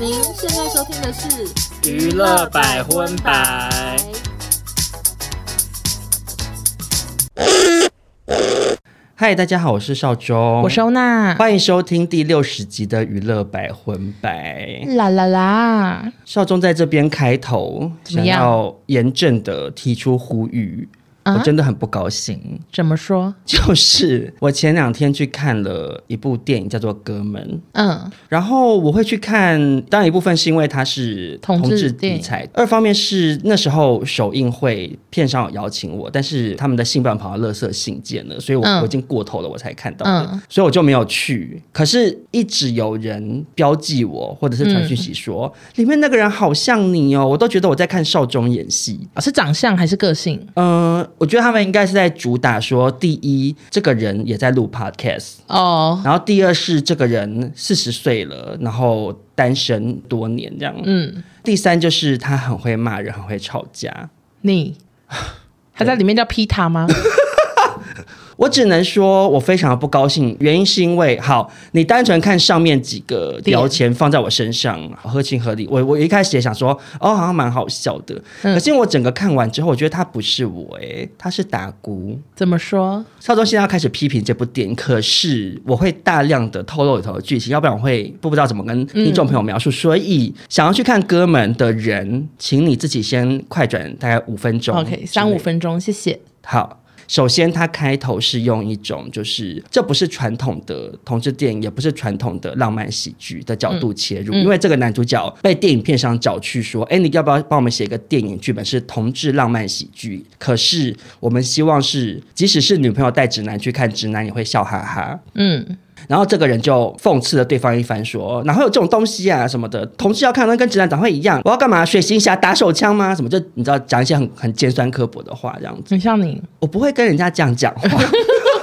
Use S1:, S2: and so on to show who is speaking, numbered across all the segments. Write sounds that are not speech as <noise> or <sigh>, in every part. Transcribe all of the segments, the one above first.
S1: 您现在收听的是《
S2: 娱乐百分百》。嗨，大家好，我是邵忠，
S1: 我是欧娜。
S2: 欢迎收听第六十集的《娱乐百分百》。
S1: 啦啦啦！
S2: 邵忠在这边开头，
S1: 怎么
S2: 想
S1: 样
S2: 要严正的提出呼吁。
S1: 啊
S2: 我真的很不高兴，
S1: 怎么说？
S2: 就是我前两天去看了一部电影，叫做《哥们》，
S1: 嗯，
S2: 然后我会去看，当然一部分是因为它是
S1: 同
S2: 同
S1: 志
S2: 志
S1: 电
S2: 题
S1: 影
S2: 材，二方面是那时候首映会片商有邀请我，但是他们的性伴跑到垃圾信件了，所以我、
S1: 嗯
S2: 我已经过头了，我才看到的，
S1: 嗯
S2: 所以我就没有去。可是，一直有人标记我，或者是传讯息说、
S1: 嗯
S2: 里面那个人好像你哦，我都觉得我在看少中演戏。
S1: 啊是长相还是个性？
S2: 嗯、我觉得他们应该是在主打说，第一，这个人也在录 podcast。
S1: 哦，
S2: 然后第二是这个人四十岁了，然后单身多年这样。
S1: 嗯，
S2: 第三就是他很会骂人，很会吵架。
S1: <laughs> 你他在里面叫皮塔吗？
S2: 我只能说，我非常不高兴，原因是因为，好，你单纯看上面几个标签放在我身上，合情合理。我我一开始也想说，哦，好像蛮好笑的。
S1: 嗯
S2: 可是我整个看完之后，我觉得他不是我、诶，他是打鼓。
S1: 怎么说？
S2: 邵忠现在要开始批评这部电影，可是我会大量的透露里头的剧情，要不然我会不知道怎么跟
S1: 嗯
S2: 听众朋友描述。所以想要去看哥们的人，请你自己先快转大概五分钟
S1: OK，三
S2: 之
S1: 五
S2: 类
S1: 分钟，谢谢。
S2: 好。首先，它开头是用一种就是这不是传统的同志电影，也不是传统的浪漫喜剧的角度切入，因为这个男主角被电影片商找去说：“哎，你要不要帮我们写一个电影剧本是同志浪漫喜剧？”可是我们希望是，即使是女朋友带直男去看，直男也会笑哈哈。
S1: 嗯，
S2: 然后这个人就讽刺了对方一番，说：“哪会有这种东西啊？什么的，同志要看那跟直男长会一样，我要干嘛？水行侠打手枪吗？什么？就你知道讲一些很很尖酸刻薄的话，这样子。”
S1: 很像你。
S2: 我不会跟人家这样讲话， <laughs>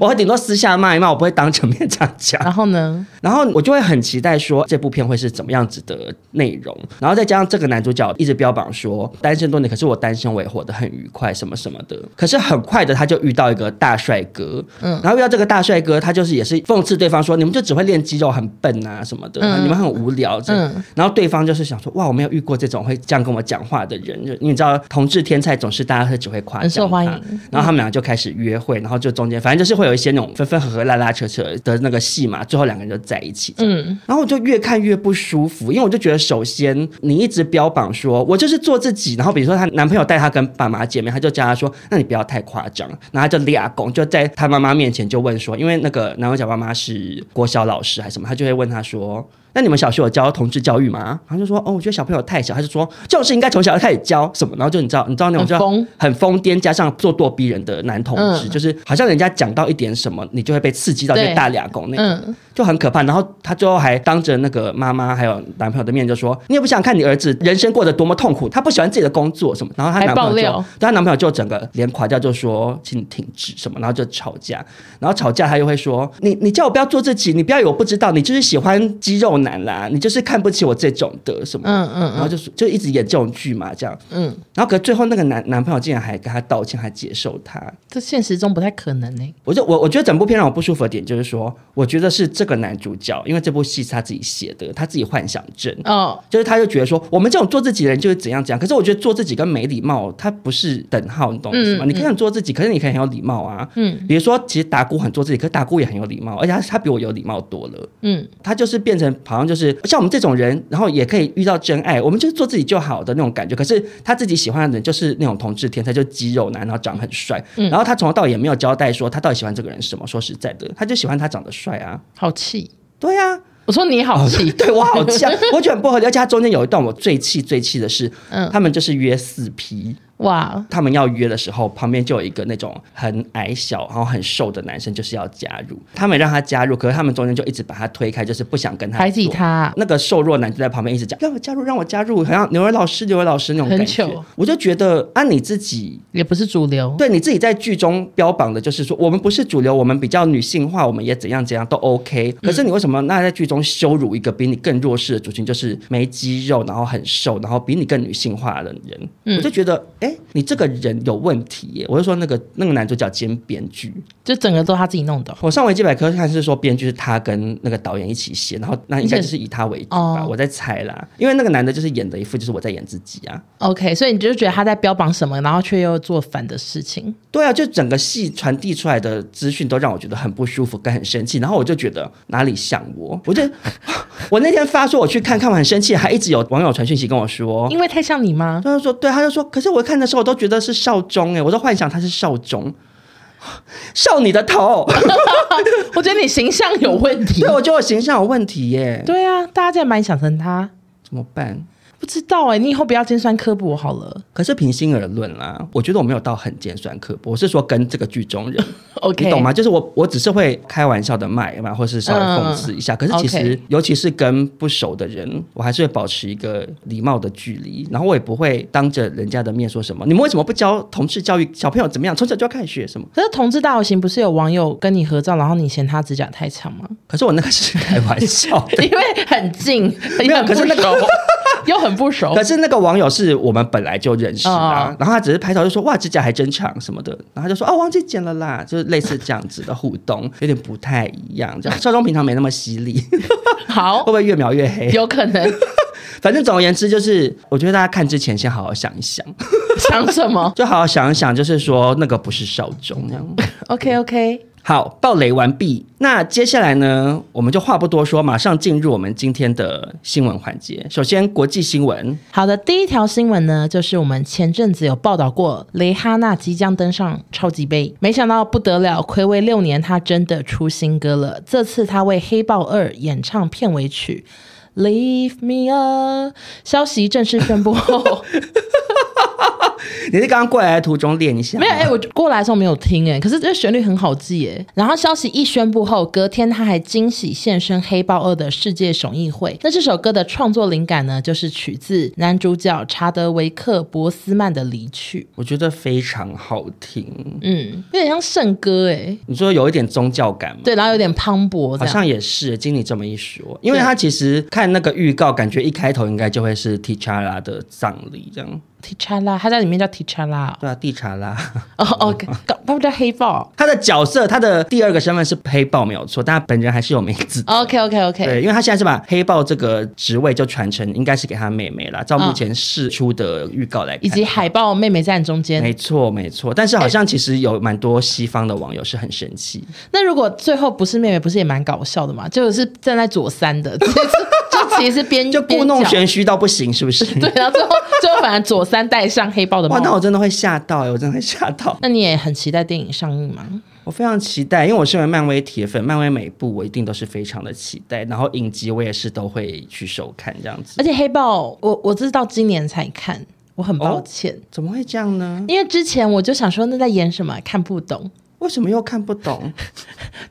S2: 我会顶多私下骂一骂，我不会当场面这样讲。
S1: 然后呢？
S2: 然后我就会很期待说这部片会是怎么样子的内容，然后再加上这个男主角一直标榜说单身多年，可是我单身我也活得很愉快什么什么的。可是很快的他就遇到一个大帅哥，嗯，然后遇到这个大帅哥，他就是也是讽刺对方说你们就只会练肌肉，很笨啊什么的，
S1: 嗯
S2: 你们很无聊这样。
S1: 嗯
S2: 然后对方就是想说哇，我没有遇过这种会这样跟我讲话的人，就因为你知道同志天才总是大家会只会夸
S1: 很受
S2: 奖他
S1: 欢迎
S2: 然后他们俩就开始约会，然后就中间反正就是会有一些那种分分合合、拉拉扯扯的那个戏嘛，最后两个人就在一起。嗯，
S1: 嗯，
S2: 然后我就越看越不舒服，因为我就觉得，首先你一直标榜说我就是做自己，然后比如说她男朋友带她跟爸妈见面，她就叫她说，那你不要太夸张，然后她就俩拱，就在她妈妈面前就问说，因为那个男主角妈妈是国小老师还是什么，她就会问她说。那你们小学有教同志教育吗？然后就说哦，我觉得小朋友太小，她就说这种事应该从小就开始教什么，然后就你知道，你知道那
S1: 很
S2: 种就
S1: 疯
S2: 很疯癫，加上咄咄逼人的男同志，
S1: 嗯
S2: 就是好像人家讲到一点什么，你就会被刺激到，就
S1: 对
S2: 大俩拱那种。
S1: 嗯，
S2: 就很可怕。然后她最后还当着那个妈妈还有男朋友的面就说：“你也不想看你儿子人生过得多么痛苦，他不喜欢自己的工作什么。”然后她
S1: 还
S2: 男朋友
S1: 爆
S2: 就
S1: 料
S2: 对她男朋友就整个脸垮掉，就说：“请你停止什么。”然后就吵架，然后吵架她又会说：“你你叫我不要做自己，你不要以为我不知道，你就是喜欢肌肉男啦，你就是看不起我这种的什么。”
S1: 嗯嗯
S2: 然后就是就一直演这种剧嘛，这样，
S1: 嗯
S2: 嗯，然后可是最后那个男男朋友竟然还跟她道歉，还接受她，
S1: 这现实中不太可能欸呢。
S2: 我就我我觉得整部片让我不舒服的点就是说，我觉得是这个男主角，因为这部戏是他自己写的，他自己幻想症，
S1: 哦，
S2: 就是他就觉得说我们这种做自己的人就是怎样怎样。可是我觉得做自己跟没礼貌，它不是等号，你懂我意思吗？
S1: 嗯
S2: 你可以很做自己，可是你可以很有礼貌啊。嗯，比如说其实达姑很做自己，可是达姑也很有礼貌，而且他他比我有礼貌多了。
S1: 嗯，
S2: 他就是变成好像就是像我们这种人，然后也可以遇到真爱，我们就是做自己就好的那种感觉。可是他自己喜欢的人就是那种同志天才，就肌肉男，然后长得很帅。
S1: 嗯
S2: 然后他从头到尾也没有交代说他到底喜欢这个人是什么。说实在的，他就喜欢他长得帅啊。
S1: 好气。
S2: 对啊，
S1: 我说你好气，
S2: 对我好气啊，我觉得很不合理。而且他中间有一段我最气最气
S1: <laughs>
S2: 的是，
S1: 嗯
S2: 他们就是约四批，
S1: 哇，
S2: 他们要约的时候，旁边就有一个那种很矮小然后很瘦的男生，就是要加入。他们让他加入，可是他们中间就一直把他推开，就是不想跟他
S1: 排挤
S2: 做
S1: 他，
S2: 那个瘦弱男就在旁边一直讲，让我加入，让我加入，好像牛儿老师，牛儿老师那种
S1: 很
S2: 感
S1: 糗
S2: 觉。我就觉得，按、你自己
S1: 也不是主流。
S2: 对你自己在剧中标榜的就是说，我们不是主流，我们比较女性化，我们也怎样怎样都 OK。可是你为什么那在剧中羞辱一个比你更
S1: 嗯
S2: 弱势的族群，就是没肌肉，然后很瘦，然后比你更女性化的人？我就觉得，哎、哎、你这个人有问题耶。我就说那个那个男主角兼编剧，
S1: 就整个都他自己弄的哦。
S2: 我上维基百科看是说编剧是他跟那个导演一起写，然后那应该就是以他为主吧，
S1: 哦
S2: 我在猜啦，因为那个男的就是演的一副就是我在演自己啊。
S1: OK，所以你就觉得他在标榜什么，然后却又做反的事情。
S2: 对啊，就整个戏传递出来的资讯都让我觉得很不舒服，跟很生气。然后我就觉得哪里像我，我就 <laughs> 我那天发说我去看看，我很生气，还一直有网友传讯息跟我说，
S1: 因为太像你吗？ <laughs>
S2: 他就说对，他就说，可是我看的时候我都觉得是少中哎，我都幻想他是少中， <laughs> 少你的头， <laughs>
S1: 我觉得你形象有问题 <laughs>
S2: 对。我觉得我形象有问题耶，
S1: 对啊，大家竟然把你想成他，
S2: 怎么办？
S1: 不知道哎、你以后不要尖酸刻薄我好了。
S2: 可是平心而论啦，我觉得我没有到很尖酸刻薄，我是说跟这个剧中人，
S1: <laughs> OK，
S2: 你懂吗？就是我我只是会开玩笑的卖嘛，或是稍微讽刺一下。可是其实
S1: 嗯 OK
S2: 尤其是跟不熟的人，我还是会保持一个礼貌的距离，然后我也不会当着人家的面说什么。你们为什么不教同事教育小朋友怎么样？从小就要开始学什么？
S1: 可是同志大游行不是有网友跟你合照，然后你嫌他指甲太长 <laughs> 吗？
S2: 可是我那个是开玩笑的。
S1: 因为很近，
S2: 没有
S1: 很不
S2: 可是那个 <laughs>
S1: 熟，又很不熟
S2: 可。是那个网友是我们本来就认识啊
S1: 哦哦
S2: 然后他只是拍照就说哇指甲还真长什么的，然后他就说哦忘记剪了啦，就是类似这样子的互动，有点不太一样。
S1: <laughs>
S2: 这样少中平常没那么犀利，会
S1: 好
S2: <laughs> 不，会越描越黑？
S1: 有可能
S2: 反正总而言之，就是我觉得大家看之前先好好想一想，
S1: 想什
S2: <laughs>
S1: 么
S2: 就好好想一想，就是说那个不是少中那样。
S1: ？OK OK，
S2: 好，暴雷完毕。那接下来呢，我们就话不多说，马上进入我们今天的新闻环节。首先，国际新闻，
S1: 好的，第一条新闻呢，就是我们前阵子有报道过，蕾哈娜即将登上超级杯，没想到不得了，暌违六年，她真的出新歌了。这次她为《黑豹二》演唱片尾曲。Leave me a 消息正式宣布后， <laughs>
S2: 你是刚刚过来的途中练一下吗
S1: 没有，哎、我过来的时候没有听、哎，可是这旋律很好记、哎。然后消息一宣布后，隔天他还惊喜现身《黑豹二》的世界首映会。那这首歌的创作灵感呢，就是取自男主角查德维克·博斯曼的离去。
S2: 我觉得非常好听。
S1: 嗯，有点像圣歌、哎，
S2: 你说有一点宗教感吗？
S1: 对，然后有点磅礴这
S2: 好
S1: 样。
S2: 像也是，经你这么一说，因为他其实看那个预告，感觉一开头应该就会是 Tichara 的葬礼这样。
S1: 提查拉，他在里面叫提查拉。
S2: 对啊，蒂查拉。
S1: 哦，OK，搞
S2: 嗯
S1: 他不叫黑豹。
S2: 他的角色，他的第二个身份是黑豹没有错，但他本人还是有名
S1: 哦
S2: 字的。
S1: OK，OK，OK，、
S2: 对，因为他现在是把黑豹这个职位就传承，应该是给他妹妹啦。照目前试出的预告来
S1: 哦
S2: 看，
S1: 以及海豹妹妹站中间。
S2: 没错没错。但是好像其实有蛮多西方的网友是很生气，
S1: 那如果最后不是妹妹，不是也蛮搞笑的嘛？就是站在左三的， <laughs> 就就其实是边
S2: 就故弄。
S1: 边
S2: 玄虚到不行，是不是？
S1: <laughs> 角对，然后最后最后反而左三戴上黑豹的
S2: 哇，那
S1: 帽
S2: 我
S1: 子。
S2: 真的会吓到哎、我真的会吓
S1: <laughs>
S2: 到。
S1: 那你也很期待电影上映吗？
S2: 我非常期待，因为我身为漫威铁粉，漫威每一部我一定都是非常的期待，然后影集我也是都会去收看这样子。
S1: 而且黑豹，我我知道今年才看，我很抱歉，
S2: 怎么会这样呢？
S1: 因为之前我就想说那在演什么，看不懂。
S2: 为什么又看不
S1: <laughs>
S2: 懂？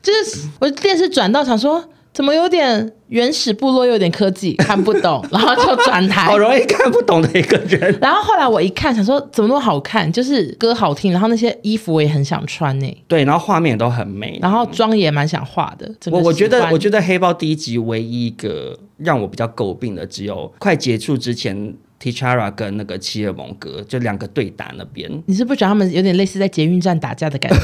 S1: 就是我电视转到想说，怎么有点原始部落，又有点科技，看不懂，然后就转台
S2: <laughs> 好。容易看不懂的一个人。
S1: 然后后来我一看，想说怎么那么好看，就是歌好听，然后那些衣服我也很想穿呢、
S2: 对，然后画面也都很美。
S1: 然后妆也蛮想化的。整个
S2: 我我觉
S1: 喜
S2: 得，
S1: 欢
S2: 我觉得《黑豹》第一集唯一一个让我比较诟病的，只有快结束之前，Tichara 跟那个齐尔蒙格就两个对打那边，
S1: 你是不觉得他们有点类似在捷运站打架的感
S2: <laughs>
S1: 觉吗？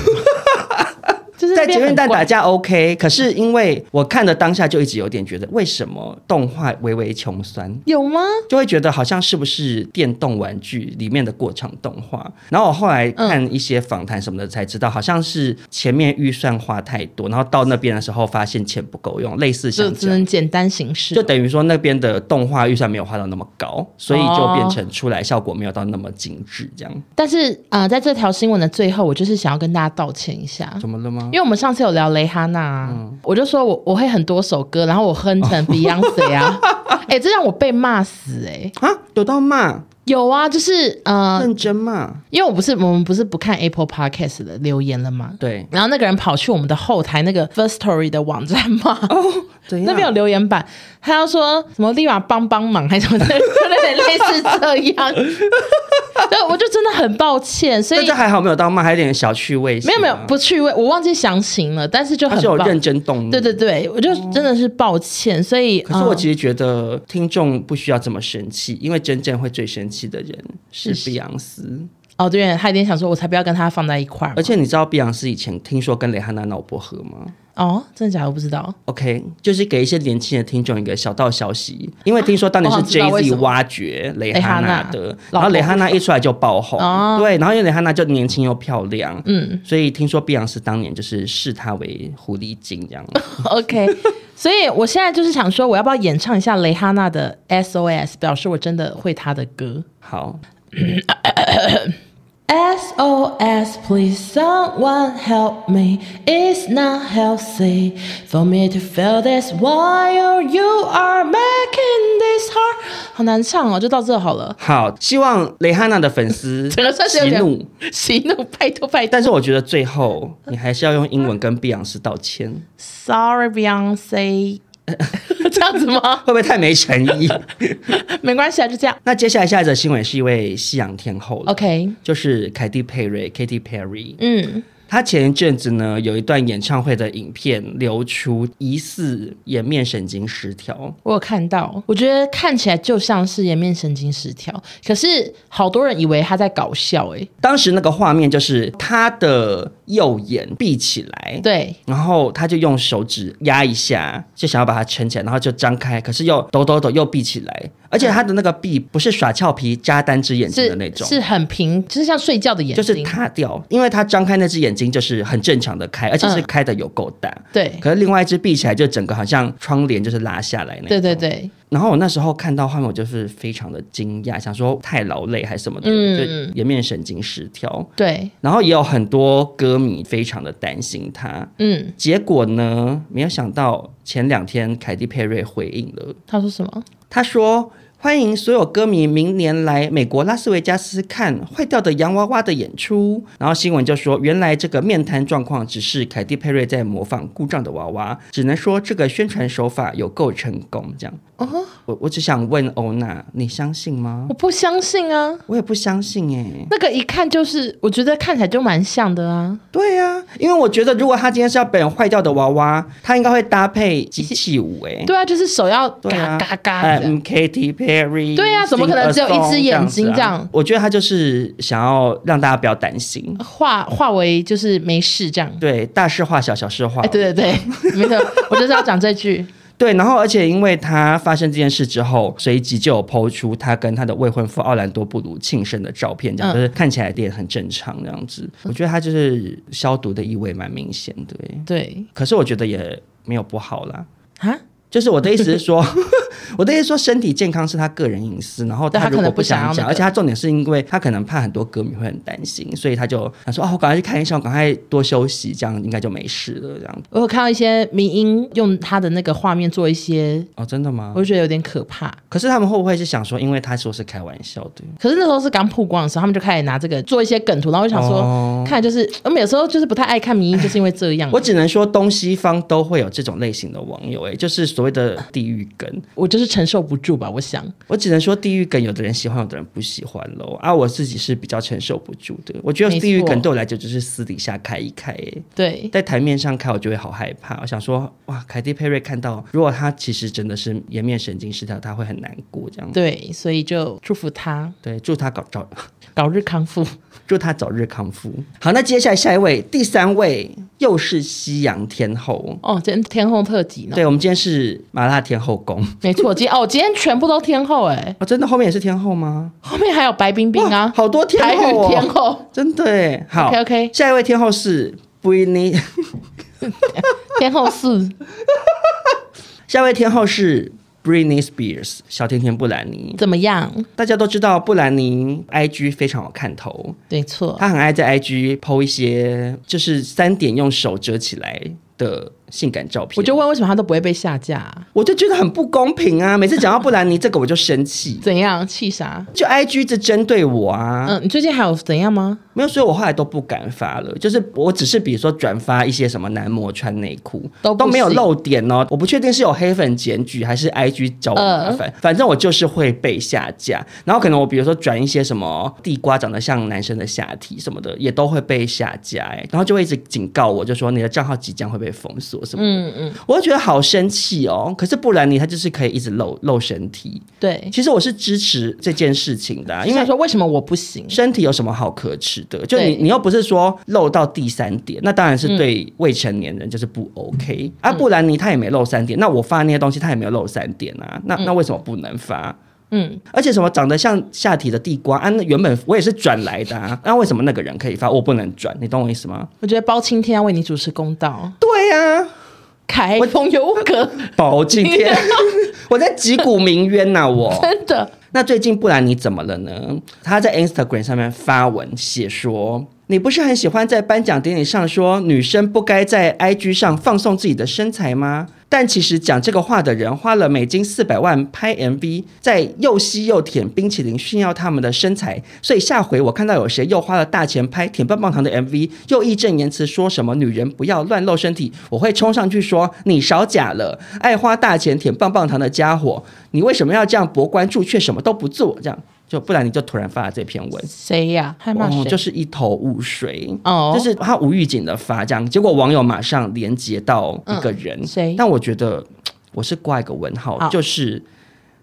S1: 就是
S2: 在
S1: 那边
S2: 捷运站
S1: 很怪
S2: 打架 OK，可是因为我看的当下就一直有点觉得，为什么动画微微穷酸？
S1: 有吗？
S2: 就会觉得好像是不是电动玩具里面的过场动画，然后我后来
S1: 嗯
S2: 看一些访谈什么的才知道，好像是前面预算花太多，然后到那边的时候发现钱不够用，类似像
S1: 就
S2: 这
S1: 只
S2: 样
S1: 能简单形式，
S2: 就等于说那边的动画预算没有花到那么高，所以就变成出来效果没有到那么精致。这样、
S1: 但是啊，呃在这条新闻的最后，我就是想要跟大家道歉一下。
S2: 怎么了吗
S1: 因？为我们上次有聊蕾哈娜、啊，
S2: 嗯
S1: 我就说我我会很多首歌，然后我哼
S2: 哦
S1: 成 Beyonce
S2: <laughs>
S1: 啊，哎、这让我被骂死哎、
S2: 啊，有到骂，
S1: 有啊，就是呃，
S2: 认真骂，
S1: 因为我不是我们不是不看 Apple Podcast 的留言了吗？
S2: 对，
S1: 然后那个人跑去我们的后台那个 First Story 的网站骂，
S2: 哦怎
S1: 那边有
S2: 样？
S1: 留言板，他要说什么立马帮帮忙还是什么的，有
S2: <laughs>
S1: 点类似这样。对，我就真的很抱歉，所
S2: 但
S1: 以
S2: 这还好没有到骂，还有点小趣味性
S1: 没
S2: 啊、
S1: 有没有不趣味，我忘记详情了，但是就
S2: 他
S1: 很
S2: 是有
S1: 抱
S2: 认真动怒。
S1: 对对对，我就真的是抱歉，所以
S2: 嗯可是我
S1: 嗯
S2: 其实觉得听众不需要这么生气，因为真正会最生气的人是碧昂斯。
S1: 哦，对，他一定想说，我才不要跟他放在一块儿嘛。
S2: 而且你知道碧昂斯以前听说跟蕾哈娜闹不和吗？
S1: 哦，真的假的？我不知道。 <laughs>
S2: OK，就是给一些年轻的听众一个小道消息，因为听说当年
S1: 哦我
S2: 是
S1: 好像知道
S2: Jay
S1: 为什
S2: Z
S1: 么
S2: 挖掘蕾
S1: 蕾哈
S2: 哈
S1: 娜
S2: 娜的，
S1: 老
S2: 然后蕾
S1: 婆
S2: 哈娜一出来就爆红，
S1: 哦
S2: 对，然后因为蕾哈娜就年轻又漂亮，
S1: 嗯
S2: 所以听说碧昂斯当年就是视她为狐狸精这样。
S1: ，OK。所以我现在就是想说，我要不要演唱一下蕾哈娜的 SOS，表示我真的会她的歌。
S2: 好，
S1: SOS, please someone help me. It's not healthy for me to feel this while you are making this hard. 好难唱哦，就到这好了。
S2: 好，希望蕾哈娜的粉
S1: <laughs>
S2: 丝
S1: 整 <laughs> 个算是有
S2: 息
S1: 点
S2: 怒，
S1: 喜怒，拜托拜托。
S2: 但是我觉得最后你还是要用英文跟碧昂斯道歉，
S1: Sorry <laughs> Beyonce，这样子吗？
S2: 会不会太没诚意？
S1: <laughs> 没关系啊，就这样。
S2: 那接下来下一则新闻是一位西洋天后了
S1: OK，
S2: 就是凯蒂佩瑞 （Katy Perry）。
S1: 嗯，
S2: 他前一阵子呢，有一段演唱会的影片流出，疑似颜面神经失调。
S1: 我有看到，我觉得看起来就像是颜面神经失调，可是好多人以为他在搞笑、欸，
S2: 当时那个画面就是他的右眼闭起来，
S1: 对，
S2: 然后他就用手指压一下，就想要把它撑起来，然后就张开，可是又抖抖抖又闭起来，而且他的那个闭不是耍俏皮加单只眼睛的那
S1: 是
S2: 种。
S1: 是很平，就是像睡觉的眼
S2: 就
S1: 睛，
S2: 是塌掉，因为他张开那只眼睛就是很正常的开，而且是
S1: 嗯
S2: 开的有够大。
S1: 对，
S2: 可是另外一只闭起来，就整个好像窗帘就是拉下来那种。
S1: 对对对，
S2: 然后我那时候看到画面，我就是非常的惊讶，想说太劳累还是什么的，
S1: 嗯
S2: 就颜面神经失调。
S1: 对，
S2: 然后也有很多歌迷非常的担心他。
S1: 嗯，
S2: 结果呢，没有想到前两天凯蒂佩瑞回应了，
S1: 他说什么？
S2: 他说：“欢迎所有歌迷明年来美国拉斯维加斯看坏掉的洋娃娃的演出。”然后新闻就说，原来这个面瘫状况只是凯蒂佩瑞在模仿故障的娃娃，只能说这个宣传手法有够成功。这样，
S1: 哦、
S2: 我我只想问欧娜，你相信吗
S1: 我？不相信啊，
S2: 我也不相信哎、
S1: 那个一看就是，我觉得看起来就蛮像的啊，
S2: 对啊，因为我觉得如果他今天是要表演坏掉的娃娃，他应该会搭配机器舞哎、
S1: 对啊，就是手要
S2: 对啊
S1: 嘎嘎嘎的。
S2: 嗯 Katy Perry，
S1: 对啊怎么可能只有一只眼睛
S2: 这
S1: 这
S2: 样子
S1: 样
S2: 啊？我觉得他就是想要让大家不要担心，
S1: 化化为就是没事这样。
S2: 对，大事化小，小事化
S1: 哎，
S2: 无。
S1: 对对对，没错，我就是要讲这句。 <laughs>
S2: 对，然后而且因为他发生这件事之后，随即就有抛出他跟他的未婚夫奥兰多布鲁庆生的照片，这
S1: 嗯
S2: 样、就是看起来也很正常这样子。我觉得他就是消毒的意味蛮明显的欸，
S1: 对
S2: 可是我觉得也没有不好啦。
S1: 啊，
S2: 就是我的意思是说， <laughs> 我的意思是说，身体健康是他个人隐私，然后
S1: 对他
S2: 如
S1: 可
S2: 果
S1: 能不想
S2: 想
S1: 要那
S2: 讲，
S1: 个
S2: 而且他重点是因为他可能怕很多歌迷会很担心，所以他就想说哦，我赶快去看医生，我赶快多休息，这样应该就没事了，这样。
S1: 我有看到一些民音用他的那个画面做一些，
S2: 哦，真的吗
S1: 我？就觉得有点可怕。
S2: 可是他们会不会是想说，因为他说是开玩笑的？
S1: 可是那时候是刚曝光的时候，他们就开始拿这个做一些梗图，然后我就想说，
S2: 哦
S1: 看来就是我们有时候就是不太爱看民音，就是因为这样。
S2: 我只能说，东西方都会有这种类型的网友，哎，就是所谓的地域梗。
S1: 我就是承受不住吧，我想。
S2: 我只能说，地域梗有的人喜欢，有的人不喜欢喽。啊，我自己是比较承受不住的。我觉
S1: 没
S2: 得地域
S1: 错
S2: 梗对我来讲就是私底下开一开，哎。
S1: 对，
S2: 在台面上看，我就会好害怕。我想说，哇，凯蒂佩瑞看到，如果她其实真的是颜面神经失调，她会很难过这样。
S1: 对，所以就祝福他
S2: 对，祝她搞早， <laughs>
S1: 早日康复。
S2: 祝她早日康复。好，那接下来下一位，第三位又是西洋天后。
S1: 哦，今天天后特辑呢？
S2: 对，我们今天是麻辣天后宫。
S1: 没错，今天哦，今天全部都天后哎、
S2: 哦，真的后面也是天后吗？
S1: 后面还有白冰冰
S2: 哇
S1: 啊，
S2: 好多天
S1: 台
S2: 后
S1: 语
S2: 哦，
S1: 天后，
S2: 真的耶。好
S1: OK，OK
S2: 下一位天后是 Britney，
S1: 天后四。
S2: 下一位天后是 Britney Spears，小甜甜布兰妮。
S1: 怎么样？
S2: 大家都知道布兰妮 IG 非常有看头，
S1: 没错，
S2: 她很爱在 IG 剖一些就是三点用手遮起来的性感照片。
S1: 我就问为什么他都不会被下架啊、
S2: 我就觉得很不公平啊！每次讲到布兰妮这个我就生气，
S1: 怎样气啥？
S2: 就 IG 这针对我啊，
S1: 嗯，你最近还有怎样吗？
S2: 没有，所以我后来都不敢发了。就是我只是比如说转发一些什么男模穿内裤
S1: 都不
S2: 没有
S1: 行
S2: 露点哦，我不确定是有黑粉检举还是 IG 找我麻烦，
S1: 呃
S2: 反正我就是会被下架。然后可能我比如说转一些什么地瓜长得像男生的欸下体什么的，也都会被下架、哎，然后就会一直警告我，就说你的账号即将会被封锁。所什么的，嗯嗯，我就觉得好生气哦。可是布兰妮她就是可以一直露露身体，
S1: 对，
S2: 其实我是支持这件事情的啊、因
S1: 因为
S2: 为
S1: 说为什么我不行？
S2: 身体有什么好可耻的？就你
S1: 对
S2: 你又不是说露到第三点，那当然是对未成年人就是不 OK、啊。布兰妮她也没露三点，那我发那些东西她也没有露三点啊，那那为什么不能发？
S1: 嗯，
S2: 而且什么长得像下体的地瓜啊？那原本我也是转来的啊，那为什么那个人可以发，我不能转？你懂我意思吗？
S1: 我觉得包青天要为你主持公道，
S2: 对呀、
S1: 凯
S2: 我
S1: 风有格，
S2: 包青天，我在击鼓鸣冤呐、我。
S1: <laughs> 真的，
S2: 那最近布兰妮怎么了呢？她在 Instagram 上面发文写说：“你不是很喜欢在颁奖典礼上说女生不该在 IG 上放送自己的身材吗？但其实讲这个话的人花了美金四百万拍 MV，在又吸又舔冰淇淋炫耀他们的身材，所以下回我看到有谁又花了大钱拍舔棒棒糖的 MV，又义正言辞说什么女人不要乱露身体，我会冲上去说你少假了，爱花大钱舔棒棒糖的家伙，你为什么要这样博关注却什么都不做？这样就不然你就突然发了这篇文，
S1: 谁呀？害怕
S2: 哦，
S1: 谁？
S2: 就是一头雾水。
S1: 哦，
S2: 就是他无预警的发这样，结果网友马上连接到一个人，
S1: 嗯谁
S2: 但我觉得我是挂一个问号，
S1: 好
S2: 就是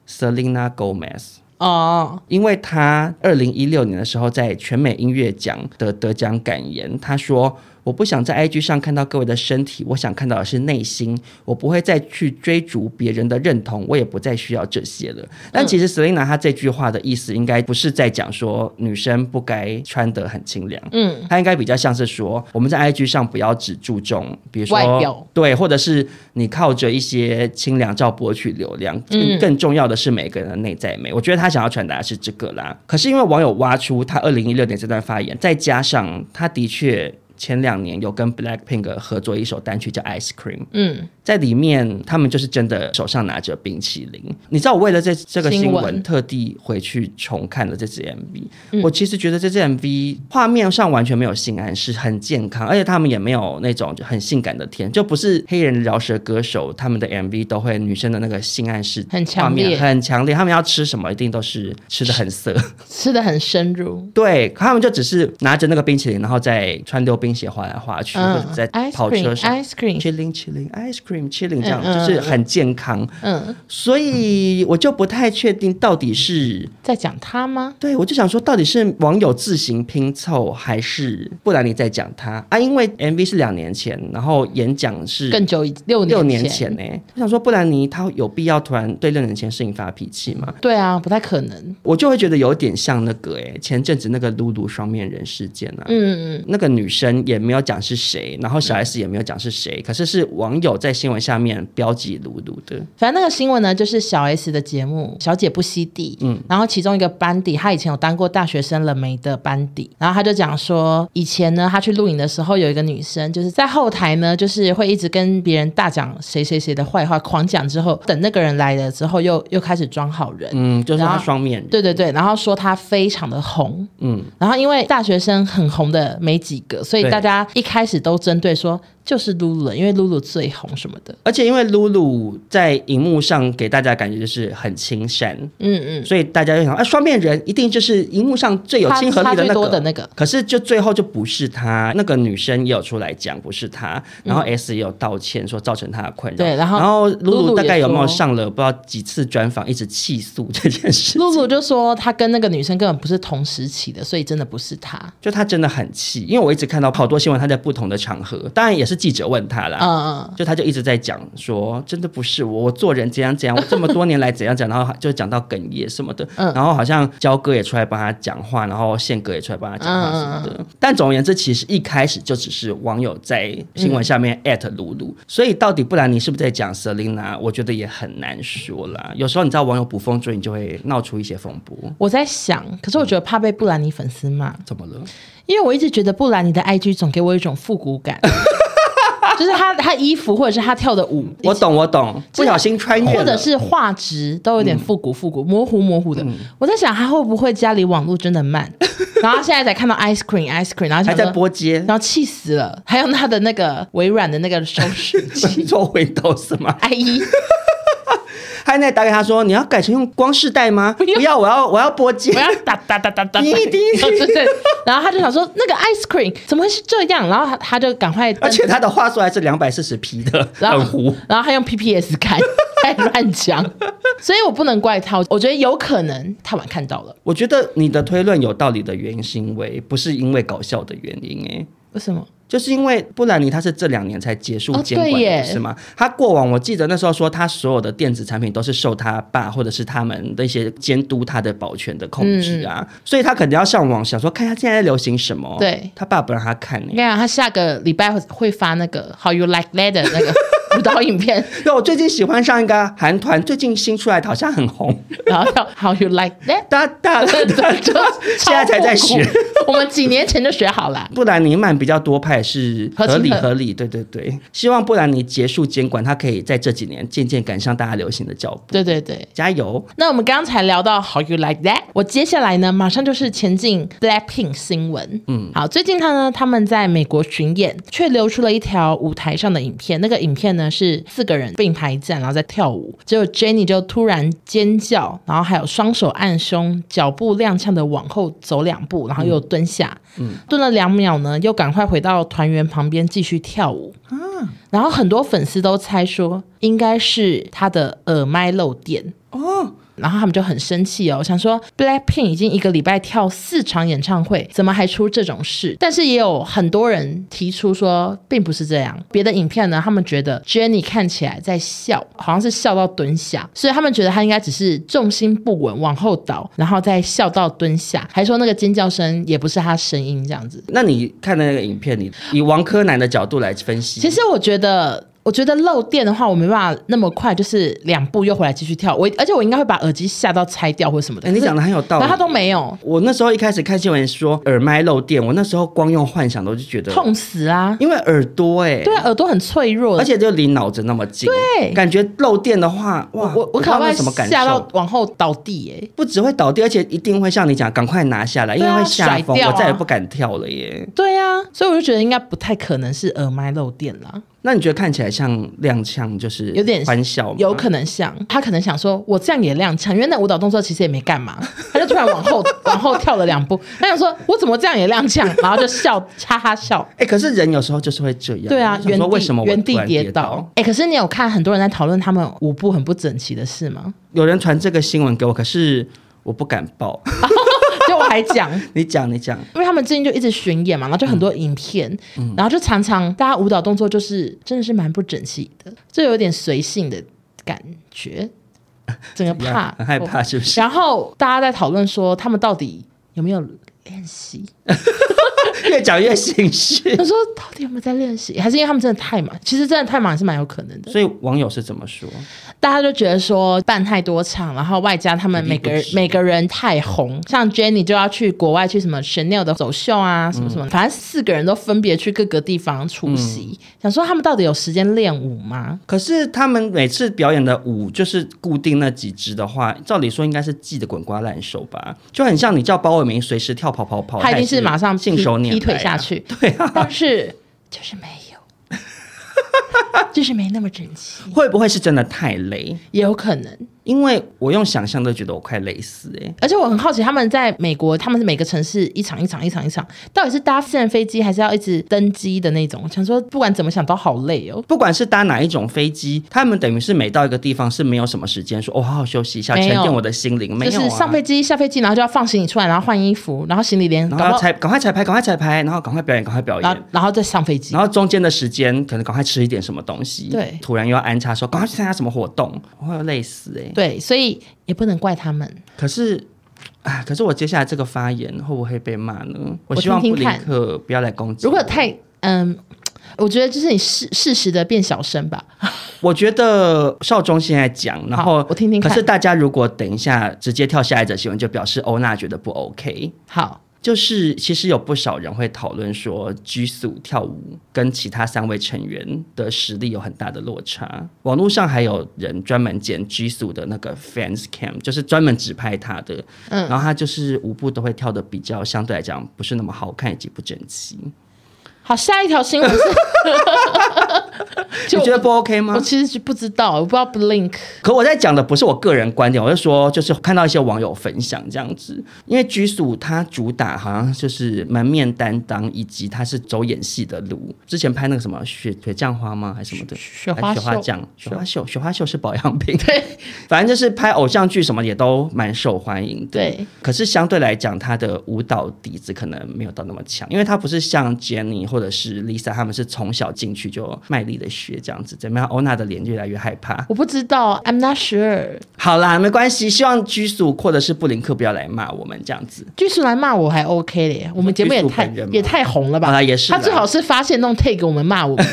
S2: Selena Gomez。
S1: 哦，
S2: 因为她二零一六年的时候在全美音乐奖的得奖感言，她说：“我不想在 IG 上看到各位的身体，我想看到的是内心。我不会再去追逐别人的认同，我也不再需要这些了。”但其实 Selina 她这句话的意思，应该不是在讲说女生不该穿得很清凉，
S1: 嗯，
S2: 她应该比较像是说，我们在 IG 上不要只注重，比如说
S1: 外表
S2: 对，或者是你靠着一些清凉照博取流量，更
S1: 嗯
S2: 更重要的是每个人的内在美。我觉得他想要传达的是这个啦。可是因为网友挖出他二零一六年这段发言，再加上他的确前两年有跟 Blackpink 合作一首单曲叫《Ice Cream》，
S1: 嗯，
S2: 在里面他们就是真的手上拿着冰淇淋。你知道我为了这这个新
S1: 新
S2: 闻
S1: 闻嗯
S2: 特地回去重看了这支 MV，、我其实觉得这支 MV 画面上完全没有性暗示，很健康，而且他们也没有那种很性感的甜，就不是黑人饶舌歌手他们的 MV 都会女生的那个性暗示
S1: 很
S2: 画
S1: 强
S2: 面
S1: 烈，
S2: 很强烈，他们要吃什么一定都是吃的很
S1: <laughs>
S2: 色，
S1: 吃的很深入。
S2: 对他们就只是拿着那个冰淇淋，然后再穿溜冰鞋滑来滑去，
S1: 嗯
S2: 或者在
S1: ，ice
S2: 跑车上。
S1: cream，ice cream，
S2: chilling chilling ice cream chilling 这样、
S1: 嗯嗯
S2: 就是很健康，
S1: 嗯，
S2: 所以我就不太确定到底是
S1: 在讲他吗？
S2: 对我就想说到底是网友自行拼凑还是布兰妮在讲他啊？因为 MV 是两年前，然后演讲是
S1: 更久以六
S2: 六
S1: 年
S2: 年前呢、我想说布兰妮她有必要突然对六年前事情发脾气吗？
S1: 对啊，不太可能。
S2: 我就会觉得有点像那个哎、前阵子那个露露双面人事件啊，
S1: 嗯，嗯
S2: 那个女生也没有讲是谁，然后小 S 也没有讲是谁，可是是网友在新闻下面标记鲁鲁的。
S1: 反正那个新闻呢，就是小 S 的节目《小姐不吸地》，嗯，然后其中一个班底，她以前有当过大学生了没的班底，然后她就讲说，以前呢，她去录影的时候，有一个女生就是在后台呢，就是会一直跟别人大讲谁谁谁的坏话，狂讲之后，等那个人来了之后又，又开始装好人，
S2: 嗯，就是
S1: 然
S2: 他
S1: 后
S2: 双面人。
S1: 对对对，然后说她非常的红，
S2: 嗯，
S1: 然后因为大学生很红的没几个，所以
S2: 对
S1: 大家一开始都针对说就是露露了，因为露露最红什么的。
S2: 而且因为露露在荧幕上给大家感觉就是很亲善，
S1: 嗯嗯，
S2: 所以大家就想啊，双面人一定就是荧幕上最有
S1: 差
S2: 亲和力
S1: 差
S2: 的
S1: 啊最
S2: 那
S1: 多
S2: 个
S1: 的。那个，
S2: 可是就最后就不是他，那个女生也有出来讲不是他，然后 S 也有道歉说造成他的困
S1: 嗯
S2: 扰。
S1: 对然后
S2: 然后
S1: 露
S2: 露露
S1: 露
S2: 大概
S1: 也
S2: 有没有
S1: 说
S2: 上了不知道几次专访，一直气诉这件事。
S1: 露露就说她跟那个女生根本不是同时期的，所以真的不是她。
S2: 就她真的很气，因为我一直看到好多新闻，她在不同的场合，当然也是记者问她啦，
S1: 嗯嗯，
S2: 就他就一直在讲说，真的不是我，我做人怎样怎样，我这么多年来怎样讲，然后 <laughs> 就讲到哽咽什么的，
S1: 嗯
S2: 然后好像焦哥也出来帮他讲话，然后宪哥也出来帮他讲话
S1: 嗯
S2: 什么的。但总而言之，其实一开始就只是网友在新闻下面艾
S1: 嗯
S2: 特露露，所以到底布兰妮是不是在讲 Selina，我觉得也很难说啦。有时候你知道网友捕风捉影，就会闹出一些风波。
S1: 我在想，可是我觉得怕被布兰妮粉丝骂，
S2: 怎么了？
S1: 因为我一直觉得布兰妮的 IG 总给我一种复古
S2: <laughs>
S1: 感，就是她她衣服或者是她跳的舞，
S2: 我懂，我懂，不小心穿越了，
S1: 或者是画质都有
S2: 嗯
S1: 点复古复古、模糊模糊的。我在想他会不会家里网络真的
S2: <laughs>
S1: 慢，然后他现在才看到 ice cream ice cream，然后
S2: 还
S1: 想
S2: 在
S1: 说，
S2: 播街，
S1: 然后气死了。还有
S2: <laughs>
S1: 他的那个微软的那个收视
S2: 做回头是吗？
S1: IE，
S2: 他那打给他说：“你要改成用光世代吗？不
S1: 要
S2: 要，我要我要拨接
S1: 我。要打打打打打，
S2: 滴
S1: <laughs>
S2: 滴滴
S1: 哦对对对，然后他就想说那个 ice cream 怎么会是这样？然后他他就赶快，”
S2: 而且他的话术还是两百四十 P 的，
S1: 然后
S2: 很糊。
S1: 然后他用
S2: <laughs>
S1: PPS 看，还乱讲，所以我不能怪他，我觉得有可能太晚看到了，
S2: 我觉得你的推论有道理的原因，是因为不是因为搞笑的原因、欸，
S1: 为什么？
S2: 就是因为布兰妮她是这两年才结束
S1: 哦
S2: 监管
S1: 对
S2: 的，
S1: 耶
S2: 不是吗？她过往我记得那时候说，她所有的电子产品都是受她爸或者是他们的一些监督她的保全的控制啊，所以她肯定要上网想说，看一下现在在流行什么。
S1: 嗯对
S2: 她爸不让她看欸呢、
S1: 你看他下个礼拜会发那个 How You Like That 的那个舞蹈影
S2: <laughs>
S1: 片，
S2: 那我最近喜欢上一个韩团，最近新出来的好像很红，
S1: 然后叫 How You Like That。
S2: <laughs>
S1: <laughs>
S2: 大大大大，
S1: 就
S2: 现在才在学。
S1: 超。复古我们几年前就学好了。
S2: 布兰妮曼比较多派是
S1: 合
S2: 合
S1: 情
S2: 理
S1: 合
S2: 合理，对对对，希望布兰妮结束监管，她可以在这几年渐渐赶上大家流行的脚步，
S1: 对对对，
S2: 加油！
S1: 那我们刚才聊到 How You Like That，我接下来呢，马上就是前进 Blackpink 新闻。嗯，好，最近他呢，他们在美国巡演，却流出了一条舞台上的影片。那个影片呢是四个人并排站，然后在跳舞，结果 Jennie 就突然尖叫，然后还有双手按胸，脚步踉跄的往后走两步，然后又蹲下，蹲了两秒呢，又赶快回到团员旁边继续跳舞。然后很多粉丝都猜说，应该是他的耳麦漏电。
S2: 哦，
S1: 然后他们就很生气哦，想说 Blackpink 已经一个礼拜跳四场演唱会，怎么还出这种事？但是也有很多人提出说，并不是这样。别的影片呢，他们觉得 Jennie 看起来在笑，好像是笑到蹲下，所以他们觉得她应该只是重心不稳往后倒，然后再笑到蹲下，还说那个尖叫声也不是她声音这样子。
S2: 那你看的那个影片，你以王柯南的角度来分析，
S1: 其实我觉得，我觉得漏电的话，我没办法那么快，就是两步又回来继续跳。我而且我应该会把耳机吓到拆掉或什么的。
S2: 哎、你
S1: 可是
S2: 讲的很有道
S1: 然
S2: 理
S1: 后。他都没有，
S2: 我那时候一开始看新闻说耳麦漏电，我那时候光用幻想的我就觉得，
S1: 痛死啊！
S2: 因为耳朵哎、
S1: 对啊，耳朵很脆弱，
S2: 而且就离脑子那么近，
S1: 对
S2: 感觉漏电的话，哇，
S1: 我我
S2: 不知
S1: 可能
S2: 道那
S1: 会
S2: 什么感
S1: 吓
S2: 受
S1: 到？往后倒地耶、
S2: 不只会倒地，而且一定会像你讲，赶快拿下来，因
S1: 对
S2: 为
S1: 啊
S2: 会吓
S1: 甩
S2: 疯，
S1: 掉啊
S2: 我再也不敢跳了耶。
S1: 对啊，所以我就觉得应该不太可能是耳麦漏电啦，
S2: 那你觉得看起来像踉跄，就是
S1: 有点
S2: 欢笑吗，
S1: 有可能像他可能想说，我这样也踉跄，因为那舞蹈动作其实也没干嘛，他就突然往
S2: <laughs>
S1: 后往后跳了两步，他想说我怎么这样也踉跄，然后就笑哈哈笑，
S2: 哎、可是人有时候就是会这样。
S1: 对啊
S2: 我，想
S1: 原
S2: 说
S1: 地
S2: 为什么我
S1: 原
S2: 突
S1: 地
S2: 然
S1: 跌倒？哎、可是你有看很多人在讨论他们舞步很不整齐的事吗？ <laughs>
S2: 有人传这个新闻给我，可是我不敢报。 <laughs>
S1: 就我还讲，
S2: 你讲，你讲。
S1: 因为他们最近就一直巡演嘛，然后就
S2: 嗯
S1: 很多影片，然后就常常大家舞蹈动作就是真的是蛮不整齐的，就有点随性的感觉，整
S2: <laughs>
S1: 个怕
S2: 很害怕是不是
S1: 然后大家在讨论说他们到底有没有练习？
S2: 越讲越心虚。 <laughs>
S1: 他说到底有没有在练习？还是因为他们真的太忙？其实真的太忙也是蛮有可能的。
S2: 所以网友是怎么说？
S1: 大家就觉得说办太多场，然后外加他们每个人
S2: 比例不
S1: 每个人太红，像 Jenny 就要去国外去什么 Chanel 的走秀啊，什么
S2: 嗯
S1: 什么，反正四个人都分别去各个地方出席，想说他们到底有时间练舞吗？
S2: 可是他们每次表演的舞就是固定那几支的话，照理说应该是记得滚瓜烂熟吧？就很像你叫包伟明随时跳跑跑跑，
S1: 他一定是马上劈
S2: 哦信手拈
S1: 劈腿
S2: 来啊
S1: 下。去，对啊，但是就是没有， <laughs> 就是没那么整齐，
S2: 会不会是真的太累？
S1: 也有可能。
S2: 因为我用想象都觉得我快累死哎、
S1: 而且我很好奇，他们在美国，他们是每个城市一场一场一场一场，到底是搭私人飞机，还是要一直登机的那种？想说不管怎么想都好累哦。
S2: 不管是搭哪一种飞机，他们等于是每到一个地方是没有什么时间说，哦，好好休息一下，
S1: 没
S2: 沉
S1: 有
S2: 淀我的心灵。没有、啊，
S1: 就是上飞机、下飞机，然后就要放行李出来，然后换衣服，然后行李连，搞
S2: 然后
S1: 不
S2: 要
S1: 好
S2: 彩，赶快彩排，赶快彩排，然后赶快表演，赶快表
S1: 然后
S2: 演。
S1: 然后再上飞机
S2: 然。后中间的时间可能赶快吃一点什么东西，
S1: 对
S2: 突然又要安插说赶快去参加什么活动，我会累死哎、
S1: 对，所以也不能怪他们。
S2: 可是，哎，可是我接下来这个发言会不会被骂呢？
S1: 我
S2: 希望
S1: 听
S2: 布
S1: 听
S2: 林
S1: 看
S2: 克不要来攻击我。
S1: 如果太嗯，我觉得就是你适适时的变小声吧。
S2: 我觉得少中现在讲，然后
S1: 好我听听
S2: 可
S1: 看
S2: 是大家如果等一下直接跳下一则新闻，就表示欧娜觉得不 OK。
S1: 好，
S2: 就是其实有不少人会讨论说，G s 跳舞跟其他三位成员的实力有很大的落差。网络上还有人专门剪 G s 的那个 fans cam，就是专门指拍他的，嗯，然后他就是舞步都会跳的比较相对来讲不是那么好看以及不整齐。
S1: 好，下一条新
S2: <laughs>
S1: 闻是，
S2: 你
S1: 就
S2: 觉得不 OK 吗
S1: 我？其实不知道，我不知道 Blink
S2: 可我在讲的不是我个人观点，我是说，就是看到一些网友分享这样子，因为居宿它主打好像就是门面担当，以及它是走演戏的路。之前拍那个什么雪雪降花吗？还是什么的？
S1: 雪
S2: 还
S1: 花
S2: 雪花
S1: 秀
S2: 酱、雪花秀、雪花秀是保养品。
S1: 对
S2: 反正就是拍偶像剧什么也都蛮受欢迎的。
S1: 对，
S2: 可是相对来讲，他的舞蹈底子可能没有到那么强，因为他不是像 Jenny 或者是 Lisa 他们是从小进去就卖力的学这样子，怎么样？欧娜的脸越来越害怕。
S1: 我不知道，I'm not sure。
S2: 好啦，没关系，希望居宿或者是布林克不要来骂我们这样子。
S1: 巨石来骂我还 OK 嘞，我们节目也
S2: 巨石
S1: 太
S2: 本人吗
S1: 也太红了吧？
S2: 好啦也是啦
S1: 他最好是发现那种 take 我们骂我们，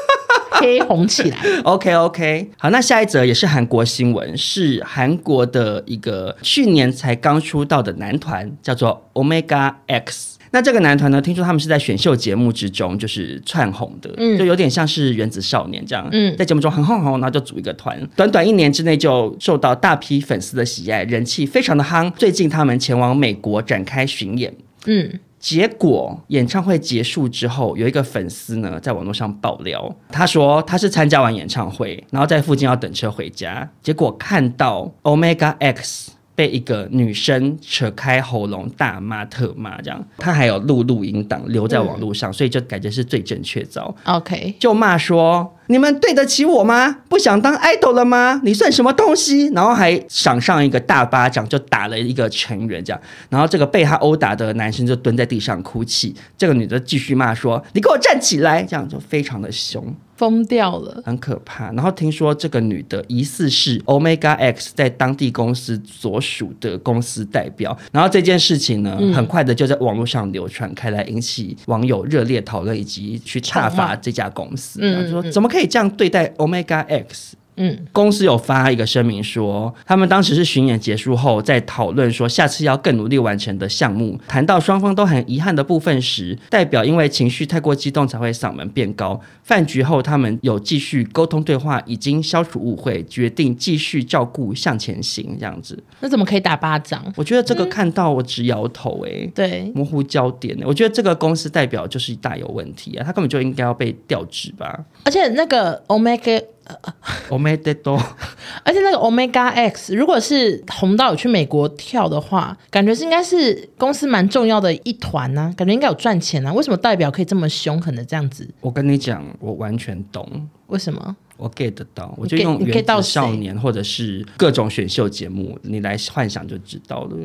S1: <laughs> 黑红起来。
S2: OK OK，好，那下一则也是韩国新闻，是韩国的一个去年才刚出道的男团，叫做 Omega X。那这个男团呢，听说他们是在选秀节目之中就是窜红的，就有点像是原子少年这样，
S1: 嗯
S2: 在节目中很红很红，然后就组一个团，短短一年之内就受到大批粉丝的喜爱，人气非常的夯。最近他们前往美国展开巡演，
S1: 嗯，
S2: 结果演唱会结束之后，有一个粉丝呢在网络上爆料，他说他是参加完演唱会，然后在附近要等车回家，结果看到 Omega X。被一个女生扯开喉咙大骂特骂，这样他还有录录音档留在网络上，所以就感觉是最正确招。
S1: OK，
S2: 就骂说：“你们对得起我吗？不想当 idol 了吗？你算什么东西？”然后还赏上一个大巴掌，就打了一个成员这样。然后这个被他殴打的男生就蹲在地上哭泣，这个女的继续骂说：“你给我站起来！”这样就非常的凶，
S1: 疯掉了。
S2: 很可怕。然后听说这个女的疑似是 Omega X 在当地公司所属的公司代表。然后这件事情呢，很快的就在网络上流传开来，引起网友热烈讨论以及去挞
S1: 痛骂
S2: 伐这家公司，
S1: 嗯
S2: 然后就说怎么可以这样对待 Omega X？
S1: 嗯，
S2: 公司有发一个声明说，他们当时是巡演结束后，在讨论说下次要更努力完成的项目。谈到双方都很遗憾的部分时，代表因为情绪太过激动才会嗓门变高。饭局后，他们有继续沟通对话，已经消除误会，决定继续照顾向前行。这样子，
S1: 那怎么可以打巴掌？
S2: 我觉得这个看到我直摇头、欸，
S1: 对，
S2: <laughs> 模糊焦点、欸，我觉得这个公司代表就是大有问题啊，他根本就应该要被调职吧。
S1: 而且那个 Omega，
S2: 我没得多。
S1: 而且那个 Omega X，如果是红到有去美国跳的话，感觉是应该是公司蛮重要的一团呢、感觉应该有赚钱啊。为什么代表可以这么凶狠的这样子？
S2: 我跟你讲，我完全懂，
S1: 为什么？
S2: 我 get 得到，我
S1: 你
S2: 就
S1: get-
S2: 用
S1: 你
S2: 《
S1: get
S2: 原
S1: 到
S2: 子
S1: 谁
S2: 少年》或者是各种选秀节目，你来幻想就知道了。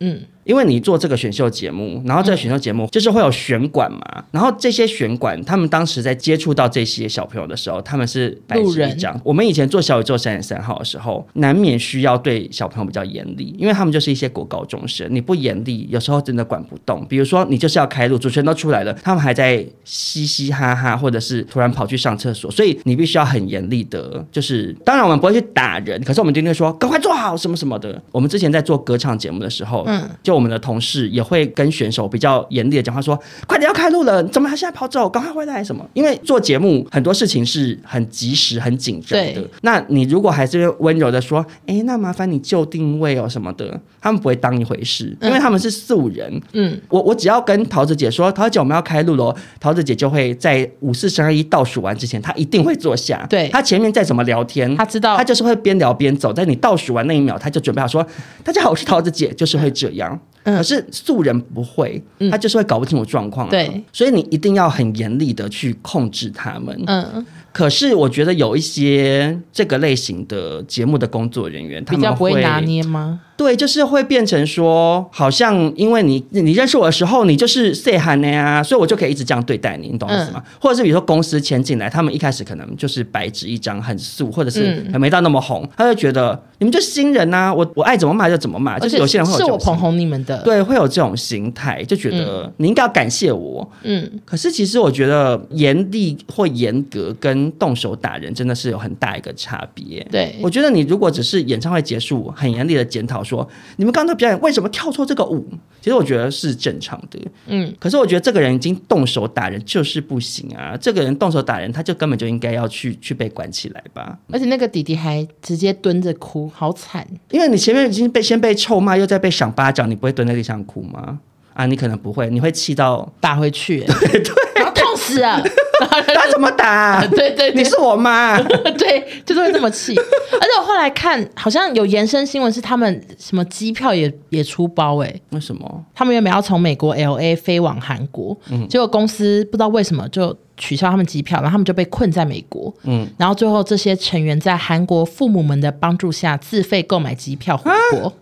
S1: 嗯，
S2: 因为你做这个选秀节目，然后这个选秀节目就是会有选管嘛，然后这些选管他们当时在接触到这些小朋友的时候，他们是白
S1: 路
S2: 纸
S1: 人
S2: 一张。我们以前做小宇宙三十三号的时候，难免需要对小朋友比较严厉，因为他们就是一些国高中生，你不严厉，有时候真的管不动。比如说你就是要开路，主持人都出来了，他们还在嘻嘻哈哈，或者是突然跑去上厕所，所以你必须要很严厉的，就是当然我们不会去打人，可是我们今天说赶快做好什么什么的。我们之前在做歌唱节目的时候，嗯，就我们的同事也会跟选手比较严厉的讲话说，快点要开路了，怎么还现在跑走？赶快回来什么？因为做节目很多事情是很及时、很紧张的
S1: 对。
S2: 那你如果还是温柔的说，哎，那麻烦你就定位哦什么的，他们不会当一回事，因为他们是素人。
S1: 嗯，
S2: 我我只要跟桃子姐说，桃子姐我们要开路喽，桃子姐就会在五四三二一倒数完之前，她一定会坐下。
S1: 对
S2: 她前面再怎么聊天，
S1: 他知道
S2: 她就是会边聊边走，在你倒数完那一秒，她就准备
S1: <laughs>
S2: 好说：“大家好，我是桃子姐。”就是会这样。
S1: 嗯
S2: 可是素人不会，他就是会搞不清楚状况、啊
S1: 对，
S2: 所以你一定要很严厉的去控制他们。
S1: 嗯，
S2: 可是我觉得有一些这个类型的节目的工作人员，他
S1: 比
S2: 们
S1: 较不会拿捏吗？
S2: 对，就是会变成说，好像因为你你认识我的时候，你就是 say 喊的呀，所以我就可以一直这样对待你，你懂我意思吗？
S1: 嗯
S2: 或者是比如说公司签进来，他们一开始可能就是白纸一张，很素，或者是
S1: 嗯
S2: 还没到那么红，他就觉得你们就新人呐、我我爱怎么骂就怎么骂，
S1: 而
S2: 就是
S1: 且
S2: 有些人会有
S1: 是
S2: 这
S1: 我
S2: 种心
S1: 捧红你们的，
S2: 对，会有这种心态，就觉得你应该要感谢我。
S1: 嗯，
S2: 可是其实我觉得严厉或严格跟动手打人真的是有很大一个差别。
S1: 对，
S2: 我觉得你如果只是演唱会结束很严厉的检讨说你们刚才表演为什么跳错这个舞，其实我觉得是正常的。
S1: 嗯，
S2: 可是我觉得这个人已经动手打人就是不行啊，这个人动手打人他就根本就应该要去去被关起来吧，
S1: 而且那个弟弟还直接蹲着哭，好惨。
S2: 因为你前面已经被先被臭骂，又再被赏巴
S1: <laughs>
S2: 掌，你不会蹲在地上哭吗？啊，你可能不会，你会气到 <laughs>
S1: 打回去、欸，对对，然后痛死了！然后
S2: 打啊怎么打？
S1: 对对对
S2: 你是我妈。
S1: <laughs> 对，就是会这么
S2: <laughs>
S1: 气。而且我后来看，好像有延伸新闻是他们什么机票也也出包哎、
S2: 为什么？
S1: 他们原本要从美国 L A 飞往韩国，
S2: 嗯
S1: 结果公司不知道为什么就取消他们机票，然后他们就被困在美国。嗯，然后最后这些成员在韩国父母们的帮助下自费购买机票回国，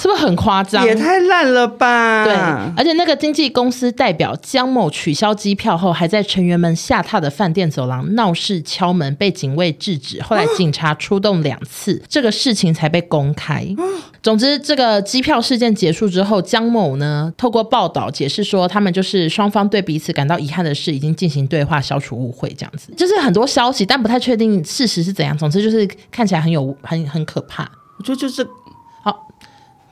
S1: 是不是很夸张？
S2: 啊也太烂了吧！
S1: 对，而且那个经纪公司代表江某取消机票后，还在成员们下榻的饭店走廊闹事敲门，被警卫制止。后来警察出动两次，这个事情才被公开。总之，这个机票事件结束之后，江某呢透过报道解释说，他们就是双方对彼此感到遗憾的事，已经进行对话，消除误会，这样子。就是很多消息，但不太确定事实是怎样。总之就是看起来很有很很可怕。
S2: 我觉得就是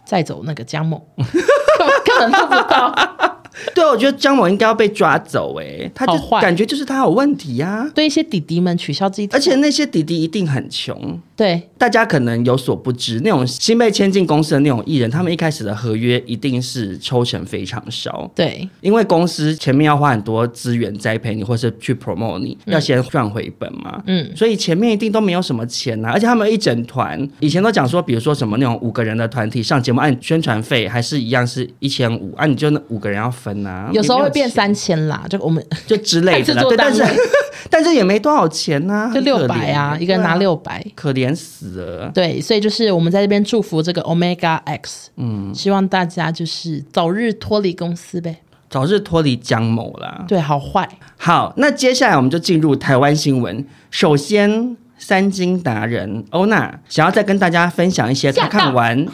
S1: 再走那个江某，根本根本做不到。
S2: 对，啊我觉得张某应该要被抓走哎、他就
S1: 好坏
S2: 感觉就是他有问题呀、
S1: 对一些弟弟们取消自己，
S2: 而且那些弟弟一定很穷。
S1: 对
S2: 大家可能有所不知，那种新被签进公司的那种艺人，他们一开始的合约一定是抽成非常少，
S1: 对
S2: 因为公司前面要花很多资源栽培你，或是去 promote 你，要先赚回本嘛。
S1: 嗯
S2: 嗯，所以前面一定都没有什么钱啊呐、而且他们一整团以前都讲说，比如说什么那种五个人的团体上节目，按、你宣传费还是一样是一千五，啊，你就那五个人要分啊，
S1: 有时候
S2: 没
S1: 会变
S2: 钱
S1: 三千啦，就我们
S2: 就之类
S1: 看
S2: 的啦，
S1: 制作
S2: 对，
S1: 单
S2: 但
S1: 位
S2: 是 <laughs> 但是也没多少钱呐、
S1: 就
S2: 很可
S1: 六百啊，
S2: 怜
S1: 一个人拿
S2: 对啊
S1: 六百。
S2: 可怜死了。
S1: 对，所以就是我们在这边祝福这个 Omega X，嗯，希望大家就是早日脱离公司呗。
S2: 早日脱离江某啦。
S1: 对，好坏，
S2: 好，那接下来我们就进入台湾新闻。首先，三金达人欧娜想要再跟大家分享一些她
S1: 吓到
S2: 看完 <laughs>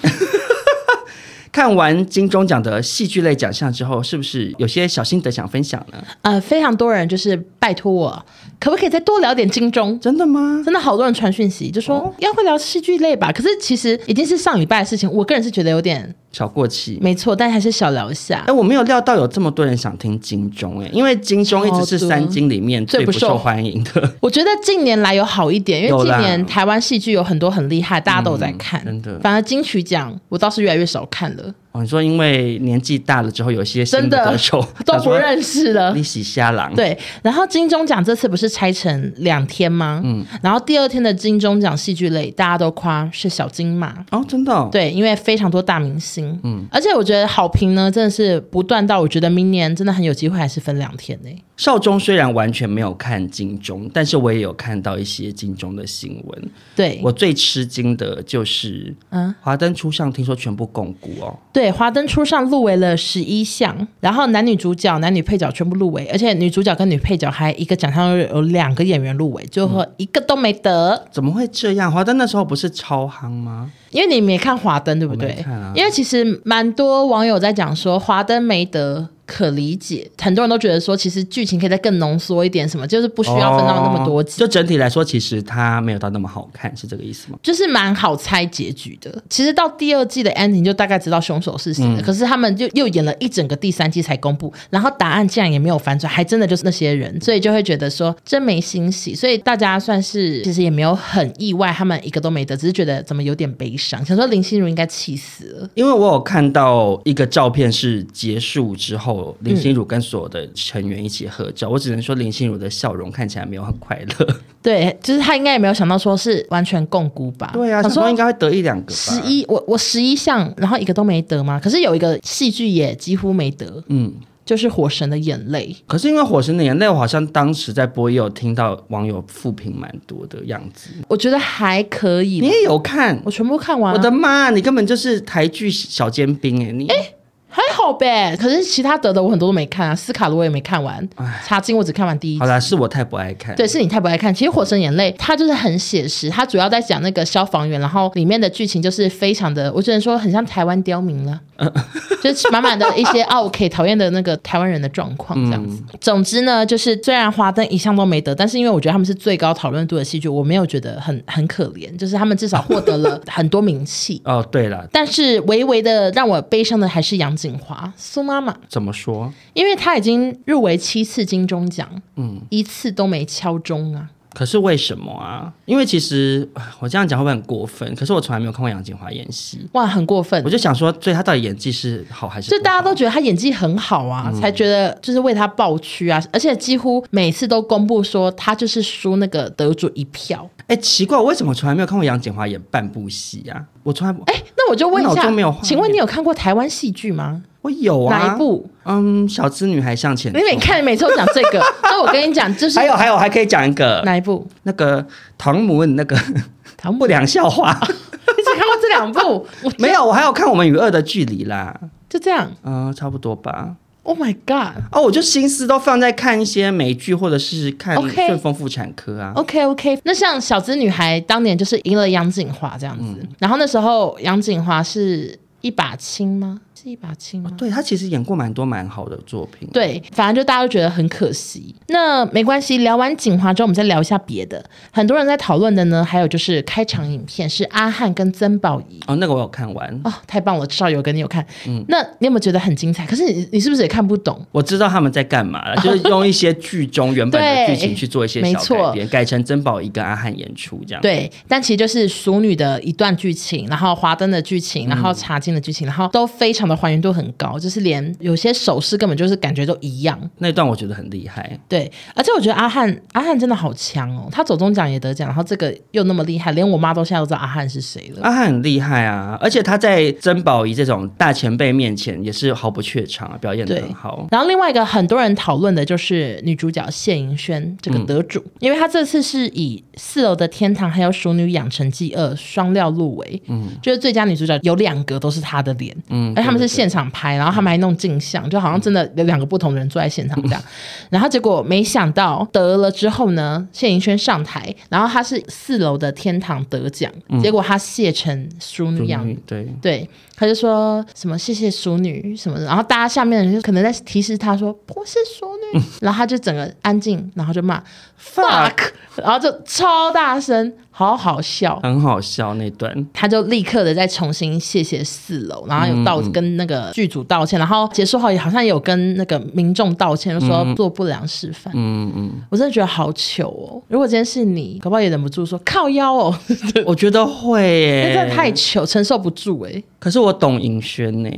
S2: 看完金钟奖的戏剧类奖项之后，是不是有些小心得想分享呢？
S1: 呃，非常多人就是拜托我，可不可以再多聊点金钟？
S2: 真的吗？
S1: 真的好多人传讯息，就说、要会聊戏剧类吧。可是其实已经是上礼拜的事情，我个人是觉得有点
S2: 小过期。
S1: 没错，但还是小聊一下
S2: 哎、。我没有料到有这么多人想听金钟哎、因为金钟一直是
S1: 超多
S2: 三金里面
S1: 最
S2: 最
S1: 不
S2: 不
S1: 受
S2: 受欢迎的，
S1: 我觉得近年来有好一点，因为
S2: 有啦嗯
S1: 近年台湾戏剧有很多很厉害，大家都有在看。
S2: 真的
S1: 反而金曲奖我倒是越来越少看了，
S2: 哦，你说因为年纪大了之后，有一些新
S1: 真的
S2: 歌手
S1: <laughs> 都不认识了
S2: 你。喜瞎狼，
S1: 对，然后金钟奖这次不是拆成两天吗？嗯，然后第二天的金钟奖戏剧类，大家都夸是小金马，
S2: 哦，真的、哦，
S1: 对，因为非常多大明星，嗯，而且我觉得好评呢真的是不断到，我觉得明年真的很有机会还是分两天呢、
S2: 少中虽然完全没有看金钟，但是我也有看到一些金钟的新闻。
S1: 对，
S2: 我最吃惊的就是，
S1: 嗯
S2: 嗯，华灯初上听说全部共估哦，
S1: 对，《华灯初上》入围了十一项，然后男女主角、男女配角全部入围，而且女主角跟女配角还一个奖项有有两个演员入围，最后一个都没得。
S2: 怎么会这样？华灯那时候不是超夯吗？
S1: 因为你没看《华灯》，对不
S2: 我
S1: 对
S2: 没看啊？
S1: 因为其实蛮多网友在讲说，《华灯》没得可理解，很多人都觉得说，其实剧情可以再更浓缩一点，什么就是不
S2: 不
S1: 需要分到那么多集。
S2: 哦就整体来说，其实它没有到那么好看，是这个意思吗？
S1: 就是蛮好猜结局的。其实到第二季的 ending 就大概知道凶手是谁
S2: 嗯
S1: 了，可是他们就又演了一整个第三季才公布，然后答案竟然也没有反转，还真的就是那些人，所以就会觉得说真没欣喜。所以大家算是其实也没有很意外，他们一个都没得，只是觉得怎么有点悲伤，想说林心如应该气死了。
S2: 因为我有看到一个照片是结束之后，林心如跟所有的成员一起合照，我只能说林心如的笑容看起来没有很快乐。
S1: 对，就是他应该也没有想到说是完全共估吧？
S2: 对啊，
S1: 想
S2: 想
S1: 说
S2: 说应该会得一两个吧。
S1: 十一，我我十一项，然后一个都没得吗？可是有一个戏剧也几乎没得，
S2: 嗯。
S1: 就是《火神的眼泪》。
S2: 可是因为《火神的眼泪》，我好像当时在播也有听到网友复评蛮多的样子。
S1: 我觉得还可以
S2: 你
S1: 啦，
S2: 也有啊看？
S1: 我全部看完啊
S2: 我
S1: 了，
S2: 的妈！你根本就是台剧小尖兵哎、你
S1: 还好呗。可是其他得的我很多都没看啊，斯卡罗我也没看完，茶经我只看完第一
S2: 好
S1: 集。
S2: 啦，是我太不爱看。
S1: 对，是你太不爱看。其实《火神眼泪》它就是很写实，它主要在讲那个消防员，然后里面的剧情就是非常的，我只能说很像台湾刁民了，就是满满的一些 o K 讨厌的那个台湾人的状况这样子。总之呢，就是虽然华灯一项都没得，但是因为我觉得他们是最高讨论度的戏剧，我没有觉得很很可怜，就是他们至少获得了很多名气。
S2: 哦，对了，
S1: 但是微微的让我悲伤的还是杨锦华苏妈妈，
S2: 怎么说？
S1: 因为她已经入围七次金钟奖，嗯，一次都没敲钟啊。
S2: 可是为什么啊？因为其实啊我这样讲会不会很过分？可是我从来没有看过杨锦华演戏，
S1: 哇，很过分
S2: 我。就想说，所以他到底演技是好还是不
S1: 就
S2: 好？
S1: 大家都觉得他演技很好啊，
S2: 嗯
S1: 才觉得就是为他爆区啊，而且几乎每次都公布说他就是输那个得主一票。
S2: 哎、奇怪，我为什么从来没有看过杨锦华演半部戏啊？我从来不，
S1: 哎、那我就问一
S2: 脑
S1: 下
S2: 中没有画，面
S1: 请问你有看过台湾戏剧吗？
S2: 我有啊，
S1: 哪一？部？
S2: 嗯，小资女孩向前
S1: 你
S2: 冲。
S1: 每看每次都讲这
S2: <laughs>
S1: 个，那我跟你讲，就是
S2: 还有还有还可以讲一个
S1: 哪一部？
S2: 那个唐姆那
S1: <laughs>
S2: 个
S1: 唐
S2: 不
S1: 伯，
S2: 良笑
S1: <laughs>
S2: 话，
S1: 你只看过这两部？我
S2: 没有，我还有看我们与恶的距离啦，
S1: 就这样。
S2: 嗯、差不多吧。
S1: Oh my god！
S2: 哦，我就心思都放在看一些美剧或者是看
S1: OK 哦
S2: 顺丰妇产科啊。
S1: OK OK，那像小资女孩当年就是赢了杨锦华这样子，然后那时候杨锦华是一把青吗？是一把青吗？
S2: 对他其实演过蛮多蛮好的作品，
S1: 对，反正就大家都觉得很可惜。那没关系，聊完锦华之后，我们再聊一下别的。很多人在讨论的呢，还有就是开场影片是阿汉跟曾宝仪。
S2: 哦，那个我有看完，
S1: 哦，太棒了！至少有跟你有看，那你有没有觉得很精彩？可是你你是不是也看不懂？
S2: 我知道他们在干嘛
S1: <laughs>
S2: 了，就是用一些剧中原本的剧情去做一些
S1: 对没
S2: 小
S1: 错
S2: 改编，改成珍宝一跟阿汉演出这样。
S1: 对，但其实就是《熟女》的一段剧情，然后《华灯》的剧情，然后《茶经》的剧情，然后都非常的还原度很高，就是连有些手势根本就是感觉都一样。
S2: 那一段我觉得很厉害，
S1: 对，而且我觉得阿汉阿汉真的好强哦，他走中奖也得奖，然后这个又那么厉害，连我妈都现在都知道阿汉是谁了。
S2: 阿汉很厉害啊，而且他在珍宝仪这种大前辈面前也是毫不怯场啊，表演的很好。
S1: 然后另外一个很多人讨论的就是女主角谢盈萱这个得主，因为她这次是以《四楼的天堂》还有《熟女养成记二》双料入围，嗯，就是最佳女主角有两个都是她的脸，嗯，而他们是现场拍，然后他们还弄镜像，就好像真的有两个不同人坐在现场这样。然后结果没想到得了之后呢，谢盈萱上台，然后她是《四楼的天堂》得奖，结果她谢成《熟嗯女养
S2: 嗯对，
S1: 对，他就说什么谢谢淑女什么的，然后大家下面的人就可能在提示他说不是淑
S2: <laughs>
S1: 女，然后他就整个安静，然后就骂 fuck，然后就超大声，好好笑。
S2: 很好笑那
S1: <laughs>
S2: 段。
S1: 他就立刻的再重新谢谢四楼，然后有道、跟那个剧组道歉，然后结束后也好像有跟那个民众道歉，就说做不良示范。
S2: 嗯嗯，
S1: 我真的觉得好糗哦！如果今天是你，搞不好也忍不住说靠腰
S2: <laughs>
S1: 哦，
S2: 我觉得
S1: 那
S2: 会
S1: <laughs>
S2: 耶、
S1: 真的太糗，承受不住哎、
S2: 可是我懂银轩呢，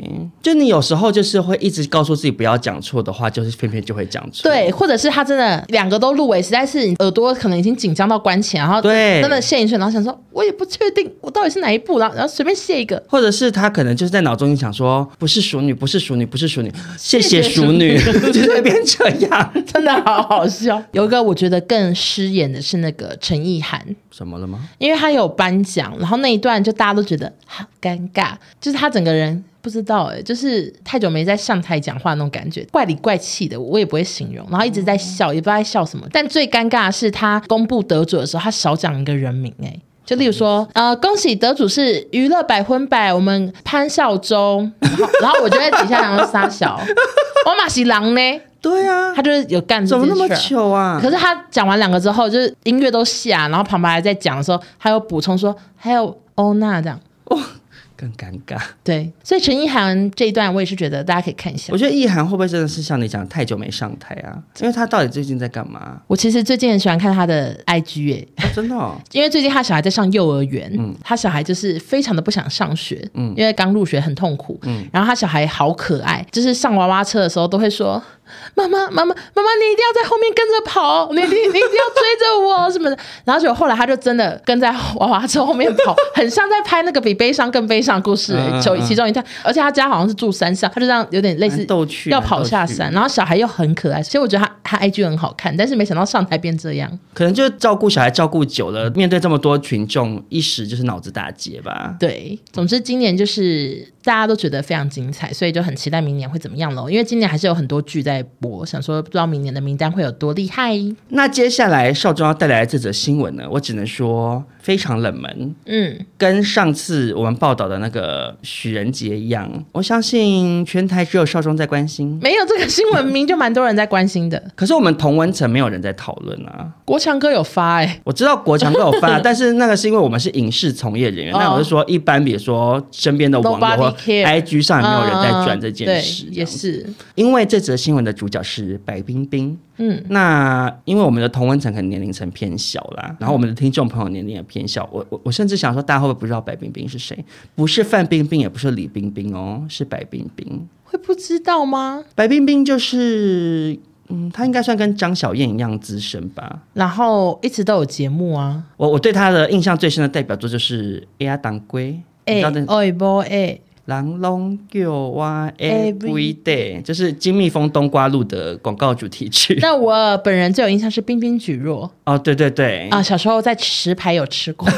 S2: 就你有时候就是会一直告诉自己不要讲错的话，就是偏偏就会讲错。
S1: 对，或者是他真的两个都入围，实在是你耳朵可能已经紧张到关起来，然后
S2: 对
S1: 真的谢一瞬，然后想说，我也不确定我到底是哪一部，然后然后随便谢一个，
S2: 或者是他可能就是在脑中想说，不是熟女，不是熟女，不是熟女，谢
S1: 谢
S2: 谢
S1: 淑
S2: 熟女， <laughs> 就会变这样。
S1: 真的好好笑。 <laughs> 有一个我觉得更失言的是那个陈意涵，
S2: 怎么了吗？
S1: 因为他有颁奖，然后那一段就大家都觉得好尴尬，就是他整个人不知道哎、就是太久没在上台讲话那种感觉，怪里怪气的，我也不会形容，然后一直在笑，也不知道在笑什么。但最尴尬的是他公布得主的时候，他少讲一个人名哎、就例如说，
S2: 嗯
S1: 呃，恭喜得主是娱乐百分百，我们潘少忠，然后然后我就在底下然后撒小，我马喜狼呢，
S2: 对啊，
S1: 他就是有干这
S2: 怎么
S1: 件
S2: 那么
S1: 事儿
S2: 糗啊？
S1: 可是他讲完两个之后，就是音乐都下，然后旁白还在讲的时候，还有补充说还有欧娜这样。
S2: 更尴尬。
S1: 对，所以陈意涵这一段我也是觉得大家可以看一下
S2: 我。觉得意涵会不会真的是像你讲太久没上台啊？因为他到底最近在干嘛？
S1: 我其实最近很喜欢看他的 IG 耶、
S2: 哦真的、哦， <laughs>
S1: 因为最近他小孩在上幼儿园，
S2: 嗯
S1: 他小孩就是非常的不想上学，因为刚入学很痛苦，
S2: 嗯
S1: 然后他小孩好可爱，就是上娃娃车的时候都会说。妈妈，妈妈，妈妈，你一定要在后面跟着跑，你你你一定要追着我 <laughs> 什么的。然后结果后来他就真的跟在娃娃车后面
S2: <laughs>
S1: 跑，很像在拍那个比悲伤更悲伤的故事、
S2: 嗯嗯
S1: 就
S2: 嗯
S1: 其中一段。而且他家好像是住山上，他就这样有点类似
S2: 蛮逗趣
S1: 要
S2: 蛮
S1: 跑
S2: 逗
S1: 下
S2: 趣
S1: 山。然后小孩又很可爱，所以我觉得他他 IG 很好看，但是没想到上台变这样。
S2: 可能就是照顾小孩照顾久了，面对这么多群众，一时就是脑子打结吧。
S1: 对，总之今年就是大家都觉得非常精彩，所以就很期待明年会怎么样喽。因为今年还是有很多剧在播，想说不知道明年的名单会有多厉害。
S2: 那接下来少庄要带来的这则新闻呢，我只能说非常冷门，
S1: 嗯，
S2: 跟上次我们报道的那个许仁杰一样，我相信全台只有少庄在关心。
S1: 没有这个新闻名就蛮多人在关心的。
S2: <laughs> 可是我们同文层没有人在讨论啊，
S1: 国强哥有发哎、
S2: 我知道国强都有
S1: <laughs>
S2: 发，但是那个是因为我们是影视从业人员，
S1: 哦
S2: 那我是说一般，比如说身边的网友
S1: Nobody
S2: 或
S1: care
S2: IG 上也没有人在转这件事
S1: 嗯
S2: 这
S1: 对
S2: 样，
S1: 也是
S2: 因为这则新闻文的主角是白冰冰。
S1: 嗯，
S2: 那因为我们的同温层可能年龄层偏小
S1: 嗯
S2: 啦，然后我们的听众朋友年龄也偏小，我我我甚至想说，大家会不会不知道白冰冰是谁？不是范冰冰，也不是李冰冰哦，是白冰冰。
S1: 会不知道吗？
S2: 白冰冰就是，嗯，她应该算跟张小燕一样资深吧。
S1: 然后一直都有节目啊，
S2: 我我对她的印象最深的代表作就是《A R 当归》，你
S1: 哎
S2: 知道那
S1: 哦一波
S2: <laughs>
S1: 哎，
S2: 狼龙有啊
S1: Every
S2: every day，就是金蜜蜂冬瓜露的广告主题曲。
S1: 那我本人最有印象是冰冰举弱
S2: 哦，对对对， <laughs>
S1: 啊，小时候在石牌有吃过，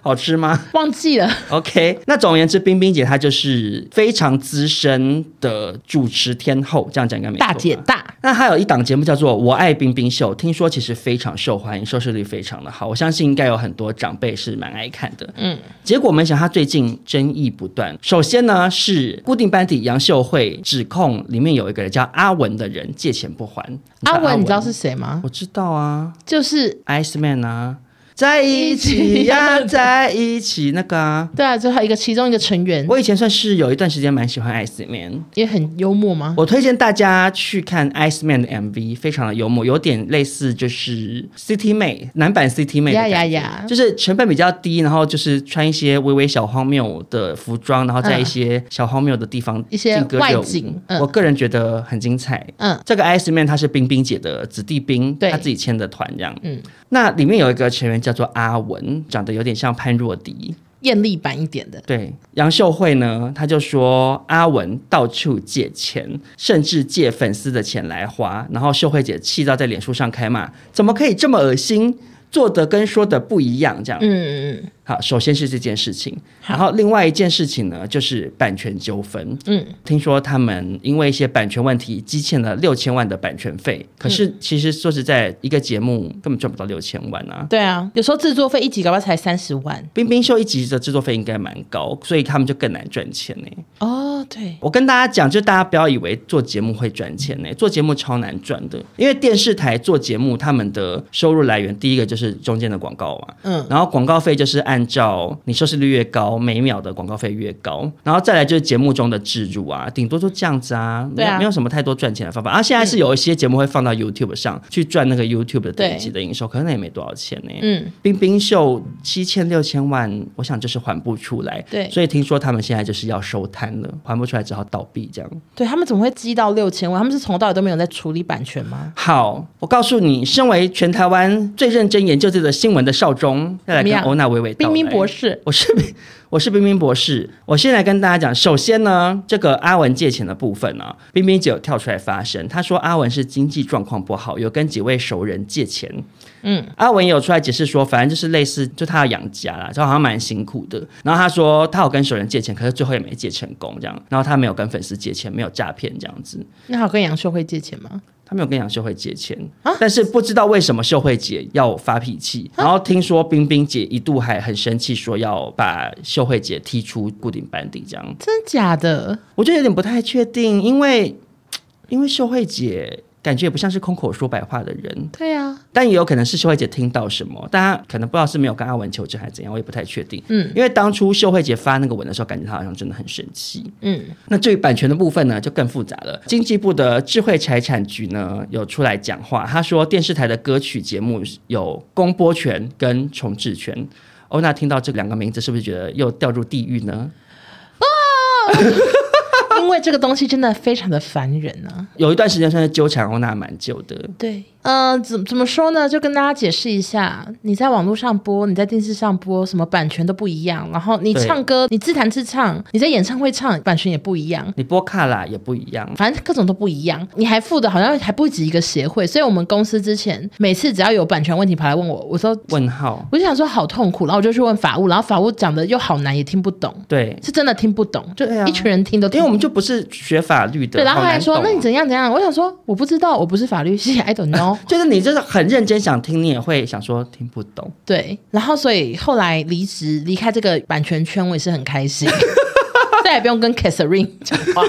S2: 好吃吗 <laughs>
S1: 忘记了。
S2: ？OK，那总而言之，冰冰姐她就是非常资深的主持天后，这样讲应该没错吧
S1: 大姐大，
S2: 那还有一档节目叫做《我爱冰冰秀》，听说其实非常受欢迎，收视率非常的好。我相信应该有很多长辈是蛮爱看的。嗯，结果没想到他最近争议不断。首先呢是固定班底杨秀慧指控里面有一个人叫阿文的人借钱不还。
S1: 阿文你知道是？谁吗？
S2: 我知道啊
S1: 就是
S2: ，Ice Man 啊，在一起呀、在一起那个啊。
S1: 对啊，就是他一个其中一个成员，
S2: 我以前算是有一段时间蛮喜欢 Ice Man，
S1: 也很幽默吗？
S2: 我推荐大家去看 Ice Man 的 MV，非常的幽默，有点类似就是 City 妹男版 City 妹的
S1: 呀
S2: 感觉
S1: 呀呀
S2: 就是成本比较低，然后就是穿一些微微小荒谬的服装，然后在一些小荒谬的地方
S1: 一些
S2: 劲歌热舞
S1: 外景嗯
S2: 我个人觉得很精彩。
S1: 嗯，
S2: 这个 Ice Man 他是冰冰姐的子弟兵，
S1: 对
S2: 他自己签的团这样。
S1: 嗯，
S2: 那里面有一个成员叫做阿文，长得有点像潘若迪。
S1: 艳丽版一点的，
S2: 对，杨秀慧呢，她就说阿文到处借钱，甚至借粉丝的钱来花，然后秀慧姐气到在脸书上开骂，怎么可以这么恶心？做的跟说的不一样，这样。
S1: 嗯嗯
S2: 好，首先是这件事情，然后另外一件事情呢，就是版权纠纷。
S1: 嗯，
S2: 听说他们因为一些版权问题积欠了六千万的版权费，可是
S1: 嗯
S2: 其实说实在，一个节目根本赚不到六千万啊。
S1: 对啊，有时候制作费一集搞不好才三十万
S2: 冰冰秀一集的制作费应该蛮高，所以他们就更难赚钱呢、
S1: 哦，对，
S2: 我跟大家讲，就大家不要以为做节目会赚钱呢、做节目超难赚的，因为电视台做节目，他们的收入来源第一个就是中间的广告嘛。
S1: 嗯，
S2: 然后广告费就是按照你收视率越高，每秒的广告费越高，然后再来就是节目中的置入啊，顶多就这样子啊，没
S1: 对
S2: 有
S1: 啊嗯
S2: 没有什么太多赚钱的方法。然后现在是有一些节目会放到 YouTube 上去赚那个 YouTube 的
S1: 对
S2: 等级的营收，可是那也没多少钱呢、
S1: 嗯，
S2: 冰冰秀七千六千万，我想就是还不出来。
S1: 对
S2: 所以听说他们现在就是要收摊了，还不出来只好倒闭这样。
S1: 对他们怎么会积到六千万？他们是从头到尾都没有在处理版权吗？
S2: 好，我告诉你，身为全台湾最认真研究这个新闻的少中，要来
S1: 怎么
S2: 跟
S1: 样
S2: 欧娜娓娓道
S1: 冰
S2: 来。
S1: 冰博士，
S2: 我是冰，我是冰冰博士。我先来跟大家讲，首先呢，这个阿文借钱的部分呢、冰冰姐有跳出来发声，她说阿文是经济状况不好，有跟几位熟人借钱。
S1: 嗯，
S2: 阿文也有出来解释说，反正就是类似，就他要养家啦，就好像蛮辛苦的。然后他说他有跟熟人借钱，可是最后也没借成功，这样。然后他没有跟粉丝借钱，没有诈骗这样子。
S1: 那好跟杨秀慧借钱吗？
S2: 他没有跟杨秀慧借钱，但是不知道为什么秀慧姐要发脾气，然后听说冰冰姐一度还很生气，说要把秀慧姐踢出固定班底，这样
S1: 真假的？
S2: 我就有点不太确定，因为因为秀慧姐感觉也不像是空口说白话的人，
S1: 对啊，
S2: 但也有可能是秀慧姐听到什么，大家可能不知道是没有跟阿文求证还是怎样，我也不太确定。
S1: 嗯，
S2: 因为当初秀慧姐发那个文的时候，感觉她好像真的很生气。
S1: 嗯，
S2: 那至于版权的部分呢，就更复杂了。经济部的智慧财产局呢有出来讲话，他说电视台的歌曲节目有公播权跟重置权。欧娜听到这两个名字，是不是觉得又掉入地狱呢？
S1: <laughs> 因为这个东西真的非常的烦人啊。
S2: 有一段时间算是纠缠欧娜蛮久的。
S1: 对，嗯，怎怎么说呢？就跟大家解释一下，你在网络上播，你在电视上播，什么版权都不一样。然后你
S2: 对
S1: 唱歌，你自弹自唱，你在演唱会唱，版权也不一样。
S2: 你播卡啦也不一样，
S1: 反正各种都不一样，你还付的好像还不止一个协会，所以我们公司之前每次只要有版权问题跑来问我，我说
S2: 问号
S1: 我就想说好痛苦，然后我就去问法务，然后法务讲的又好难，也听不懂，
S2: 对，
S1: 是真的听不懂，就
S2: 对啊
S1: 一群人听都
S2: 因
S1: 听不
S2: 为我
S1: 懂。
S2: 们就不是学法律的，
S1: 对，然后
S2: 好
S1: 他还
S2: 难
S1: 说
S2: 懂
S1: 那你
S2: 哦
S1: 怎样怎样，我想说我不知道，我不是法律系，I don't know。
S2: 就是你就是很认真想听，你也会想说听不懂。
S1: 对，然后所以后来离职离开这个版权圈，我也是很开
S2: <laughs>
S1: 心，再也不用跟 Catherine 讲话。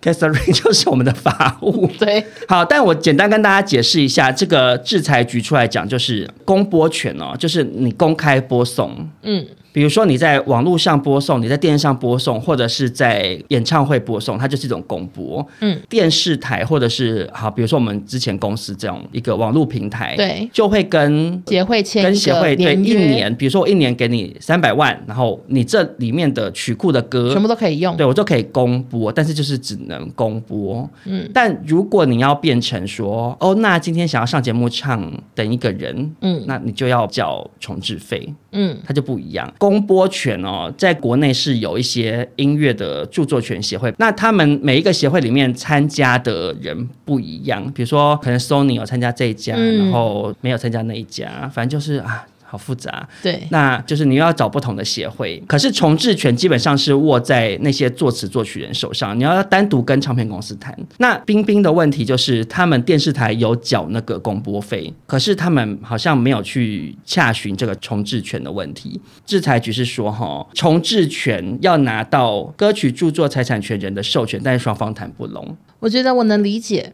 S2: Catherine <laughs> 就是我们的法务。
S1: 对，
S2: 好，但我简单跟大家解释一下，这个制裁局出来讲就是公播权哦，就是你公开播送。
S1: 嗯，
S2: 比比如说你在网络上播送，你在电视上播送，或者是在演唱会播送，它就是一种公播。
S1: 嗯，
S2: 电视台或者是好，比如说我们之前公司这种一个网络平台，
S1: 对
S2: 就会跟
S1: 协会签
S2: 跟
S1: 一
S2: 协
S1: 个
S2: 会对
S1: 联
S2: 一
S1: 约
S2: 年，比如说我一年给你三百万，然后你这里面的曲库的歌
S1: 全部都可以用，
S2: 对我都可以公播，但是就是只能公播。嗯，但如果你要变成说，哦，那今天想要上节目唱等一个人，
S1: 嗯
S2: 那你就要缴重置费，
S1: 嗯
S2: 它就不一样。公播权哦，在国内是有一些音乐的著作权协会，那他们每一个协会里面参加的人不一样，比如说可能 Sony 有参加这一家，
S1: 嗯
S2: 然后没有参加那一家，反正就是啊，好复杂。
S1: 对，
S2: 那就是你又要找不同的协会，可是重置权基本上是握在那些作词作曲人手上，你要单独跟唱片公司谈。那冰冰的问题就是，他们电视台有缴那个广播费，可是他们好像没有去洽询这个重置权的问题。制裁局是说，哈，重置权要拿到歌曲著作财产权人的授权，但是双方谈不拢。
S1: 我觉得我能理
S2: <laughs>
S1: 解，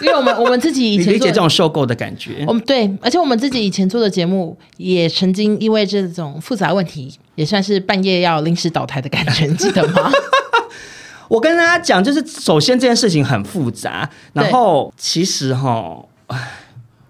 S1: 因为我们我们自己以
S2: 你
S1: 前
S2: 理解
S1: 做
S2: 这种受购的感觉
S1: 我？们对，而且我们自己以前做的节目，也曾经因为这种复杂问题，也算是半夜要临时倒台的感觉，你记得
S2: <laughs>
S1: 吗？
S2: 我跟大家讲，就是首先这件事情很复杂，
S1: 对
S2: 然后其实哈，唉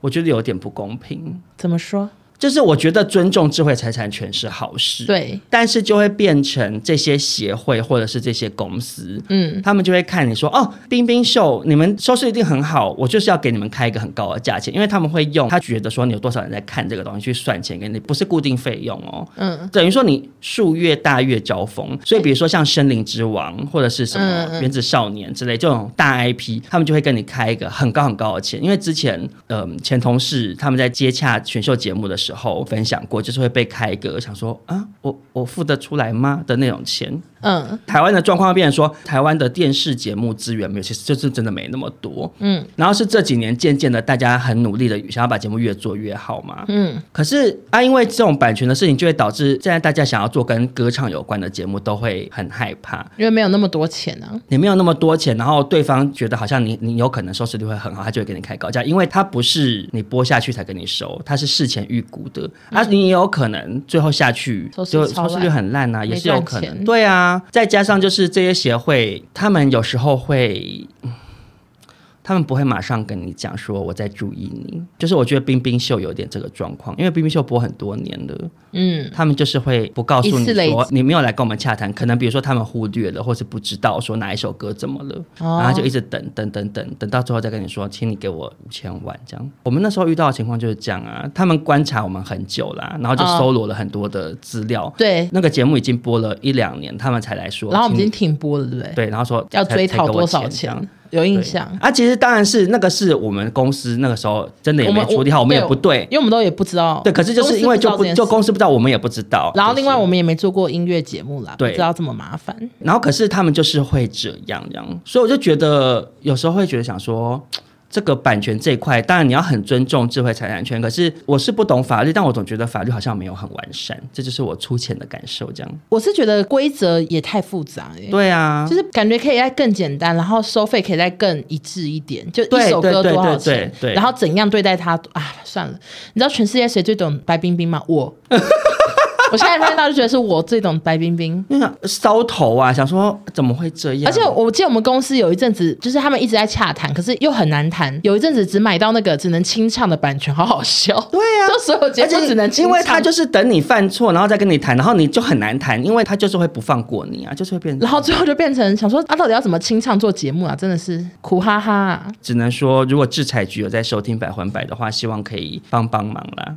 S2: 我觉得有点不公平。
S1: 怎么说？
S2: 就是我觉得尊重智慧财产权是好事，，
S1: 对，
S2: 但是就会变成这些协会或者是这些公司，
S1: 嗯，
S2: 他们就会看你说哦，冰冰秀你们收视一定很好，我就是要给你们开一个很高的价钱，因为他们会用他觉得说你有多少人在看这个东西去算钱给你，不是固定费用哦。
S1: 嗯，
S2: 等于说你树越大越交锋，所以比如说像《森林之王》或者是什
S1: 嗯
S2: 么
S1: 嗯
S2: 《原子少年》之类这种大 IP，他们就会跟你开一个很高很高的钱，因为之前嗯、前同事他们在接洽选秀节目的时候分享过，就是会被开一个想说啊我我付得出来吗的那种钱，
S1: 嗯，
S2: 台湾的状况变成说，台湾的电视节目资源没有，其实就是真的没那么多。
S1: 嗯，
S2: 然后是这几年渐渐的，大家很努力的想要把节目越做越好嘛。
S1: 嗯，
S2: 可是啊，因为这种版权的事情，就会导致现在大家想要做跟歌唱有关的节目，都会很害怕。
S1: 因为没有那么多钱啊，
S2: 你没有那么多钱，然后对方觉得好像你你有可能收视率会很好，他就会给你开高价，因为他不是你播下去才跟你收，他是事前预估的，啊，你也有可能最后下去
S1: 嗯收视
S2: 就
S1: 超烂
S2: 收视率很烂啊，也是有可
S1: 没赚
S2: 能。
S1: 钱
S2: 对啊，再加上就是这些协会，他们有时候会。嗯他们不会马上跟你讲说我在注意你，就是我觉得冰冰秀有点这个状况，因为冰冰秀播很多年了，
S1: 嗯，
S2: 他们就是会不告诉
S1: 一次
S2: 你
S1: 累
S2: 说
S1: 积
S2: 你没有来跟我们洽谈，可能比如说他们忽略了，或是不知道说哪一首歌怎么了，
S1: 哦
S2: 然后就一直等等等等，等到最后再跟你说，请你给我五千万这样。我们那时候遇到的情况就是这样啊，他们观察我们很久啦，然后就
S1: 哦
S2: 搜罗了很多的资料，
S1: 对，
S2: 那个节目已经播了一两年，他们才来说，
S1: 哦然后我们已
S2: 请
S1: 经
S2: 你
S1: 停播了，对不对？
S2: 对，然后说
S1: 要
S2: 才
S1: 追
S2: 才
S1: 讨
S2: 给我
S1: 多少
S2: 这样
S1: 钱？有印象
S2: 对，啊，其实当然是那个是我们公司那个时候真的也
S1: 我
S2: 没
S1: 们
S2: 处理好，我们也不对
S1: 因，为我们都也不知道，
S2: 对，可是就是因为就
S1: 公司知道这
S2: 不
S1: 件事
S2: 就公司不知道，我们也不知道，
S1: 然后
S2: 就是
S1: 另外我们也没做过音乐节目啦，不
S2: 对
S1: 知道这么麻烦，
S2: 然后可是他们就是会这样这样，所以我就觉得有时候会觉得想说。这个版权这一块，当然你要很尊重智慧财产权，可是我是不懂法律，但我总觉得法律好像没有很完善，这就是我粗浅的感受。这样，
S1: 我是觉得规则也太复杂了耶。
S2: 对啊，
S1: 就是感觉可以再更简单，然后收费可以再更一致一点，就一
S2: 对
S1: 首歌
S2: 对对
S1: 多少
S2: 对对
S1: 钱，
S2: 对
S1: 然后怎样对待他啊？算了，你知道全世界谁最懂白冰冰吗？我， <laughs> 我现在发现到就觉得是我最懂白冰冰。
S2: 那个搔头啊，想说怎么会这样？
S1: 而且我记得我们公司有一阵子，就是他们一直在洽谈，可是又很难谈。有一阵子只买到那个只能清唱的版权，好好笑。对
S2: 啊
S1: 就所有节
S2: 而
S1: 目
S2: 且
S1: 只能清唱，
S2: 因为他就是等你犯错，然后再跟你谈，然后你就很难谈，因为他就是会不放过你啊，就是会变成
S1: 然后最后就变成想说，啊，到底要怎么清唱做节目啊？真的是苦哈哈、啊。
S2: 只能说，如果制裁局有在收听百环百的话，希望可以帮帮忙啦。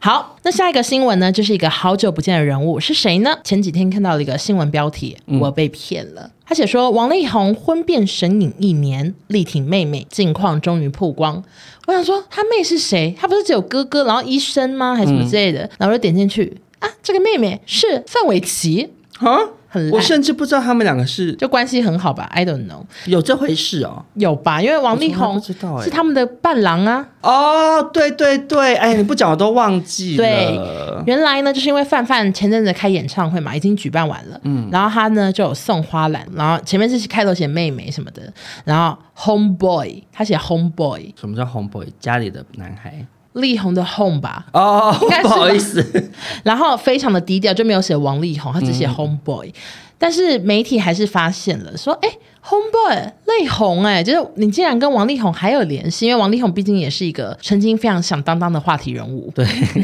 S1: 好，那下一个新闻呢，就是一个好久不见的人物是谁呢？前几天看到了一个新闻标题，
S2: 嗯
S1: 我被骗了。他写说，王力宏婚变神隐一年，力挺妹妹近况终于曝光。我想说，他妹是谁？他不是只有哥哥，然后医生吗？还是什么之类
S2: 嗯
S1: 的？然后我就点进去啊，这个妹妹是范玮琪，
S2: 啊，
S1: 很
S2: 我
S1: 烂，
S2: 甚至不知道他们两个是
S1: 就关系很好吧？I don't know，
S2: 有这回事哦。
S1: 有吧？因为王力宏
S2: 我从来不知道欸
S1: 是他们的伴郎啊。
S2: 哦，对对对，哎，你不讲我都忘记了。
S1: 原来呢，就是因为范范前阵子开演唱会嘛，已经举办完了，嗯，然后他呢就有送花篮，然后前面是开头写妹妹什么的，然后 homeboy 他写 homeboy，
S2: 什么叫 homeboy？家里的男孩
S1: 力宏的 Home 吧，
S2: 哦，
S1: 应该是
S2: 不
S1: 吧
S2: 好意思，
S1: 然后非常的低调，就没有写王力宏，他只写 Homeboy。但是媒体还是发现了，说哎、h o m e b o y 泪红哎、就是你竟然跟王力宏还有联系，因为王力宏毕竟也是一个曾经非常响当当的话题人物。
S2: 对，
S1: <laughs>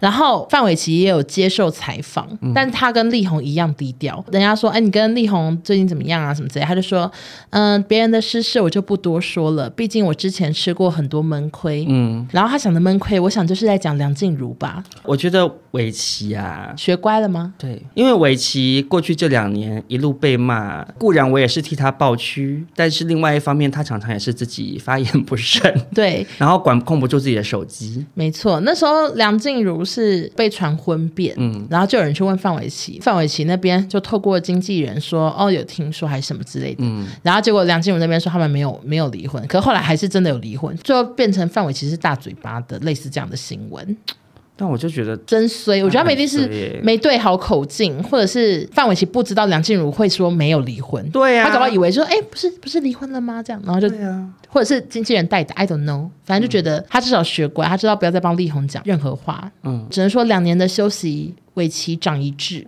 S1: 然后范玮琪也有接受采访，但他跟力宏一样低调。人家说，哎，你跟力宏最近怎么样啊？什么之类，他就说，嗯，别人的私事我就不多说了，毕竟我之前吃过很多闷亏。嗯，然后他想的闷亏，我想就是在讲梁静茹吧。
S2: 我觉得围棋啊，
S1: 学乖了吗？
S2: 对，因为围棋过去这两年一路被骂，固然我也是替他抱屈，但是另外一方面，他常常也是自己发言不慎，
S1: 对，
S2: 然后管控不住自己的手机。
S1: 没错，那时候梁静茹是被传婚变，
S2: 嗯
S1: 然后就有人去问范玮琪，范玮琪那边就透过经纪人说，哦，有听说还是什么之类
S2: 嗯
S1: 的，然后结果梁静茹那边说他们没有没有离婚，可后来还是真的有离婚，最后变成范玮琪是大嘴巴的，类似这样的新闻，
S2: 但我就觉得，
S1: 真衰，我觉得他们一定
S2: 很衰
S1: 是
S2: 耶
S1: 没对好口径，或者是范玮琪不知道梁静茹会说没有离婚，
S2: 对啊，
S1: 他搞不好以为说，哎、不是不是离婚了吗？这样，然后就
S2: 对啊，
S1: 或者是经纪人代打，I don't know，反正就觉得他至少学乖，他知道不要再帮力宏讲任何话，嗯，只能说两年的休息，尾期长一智。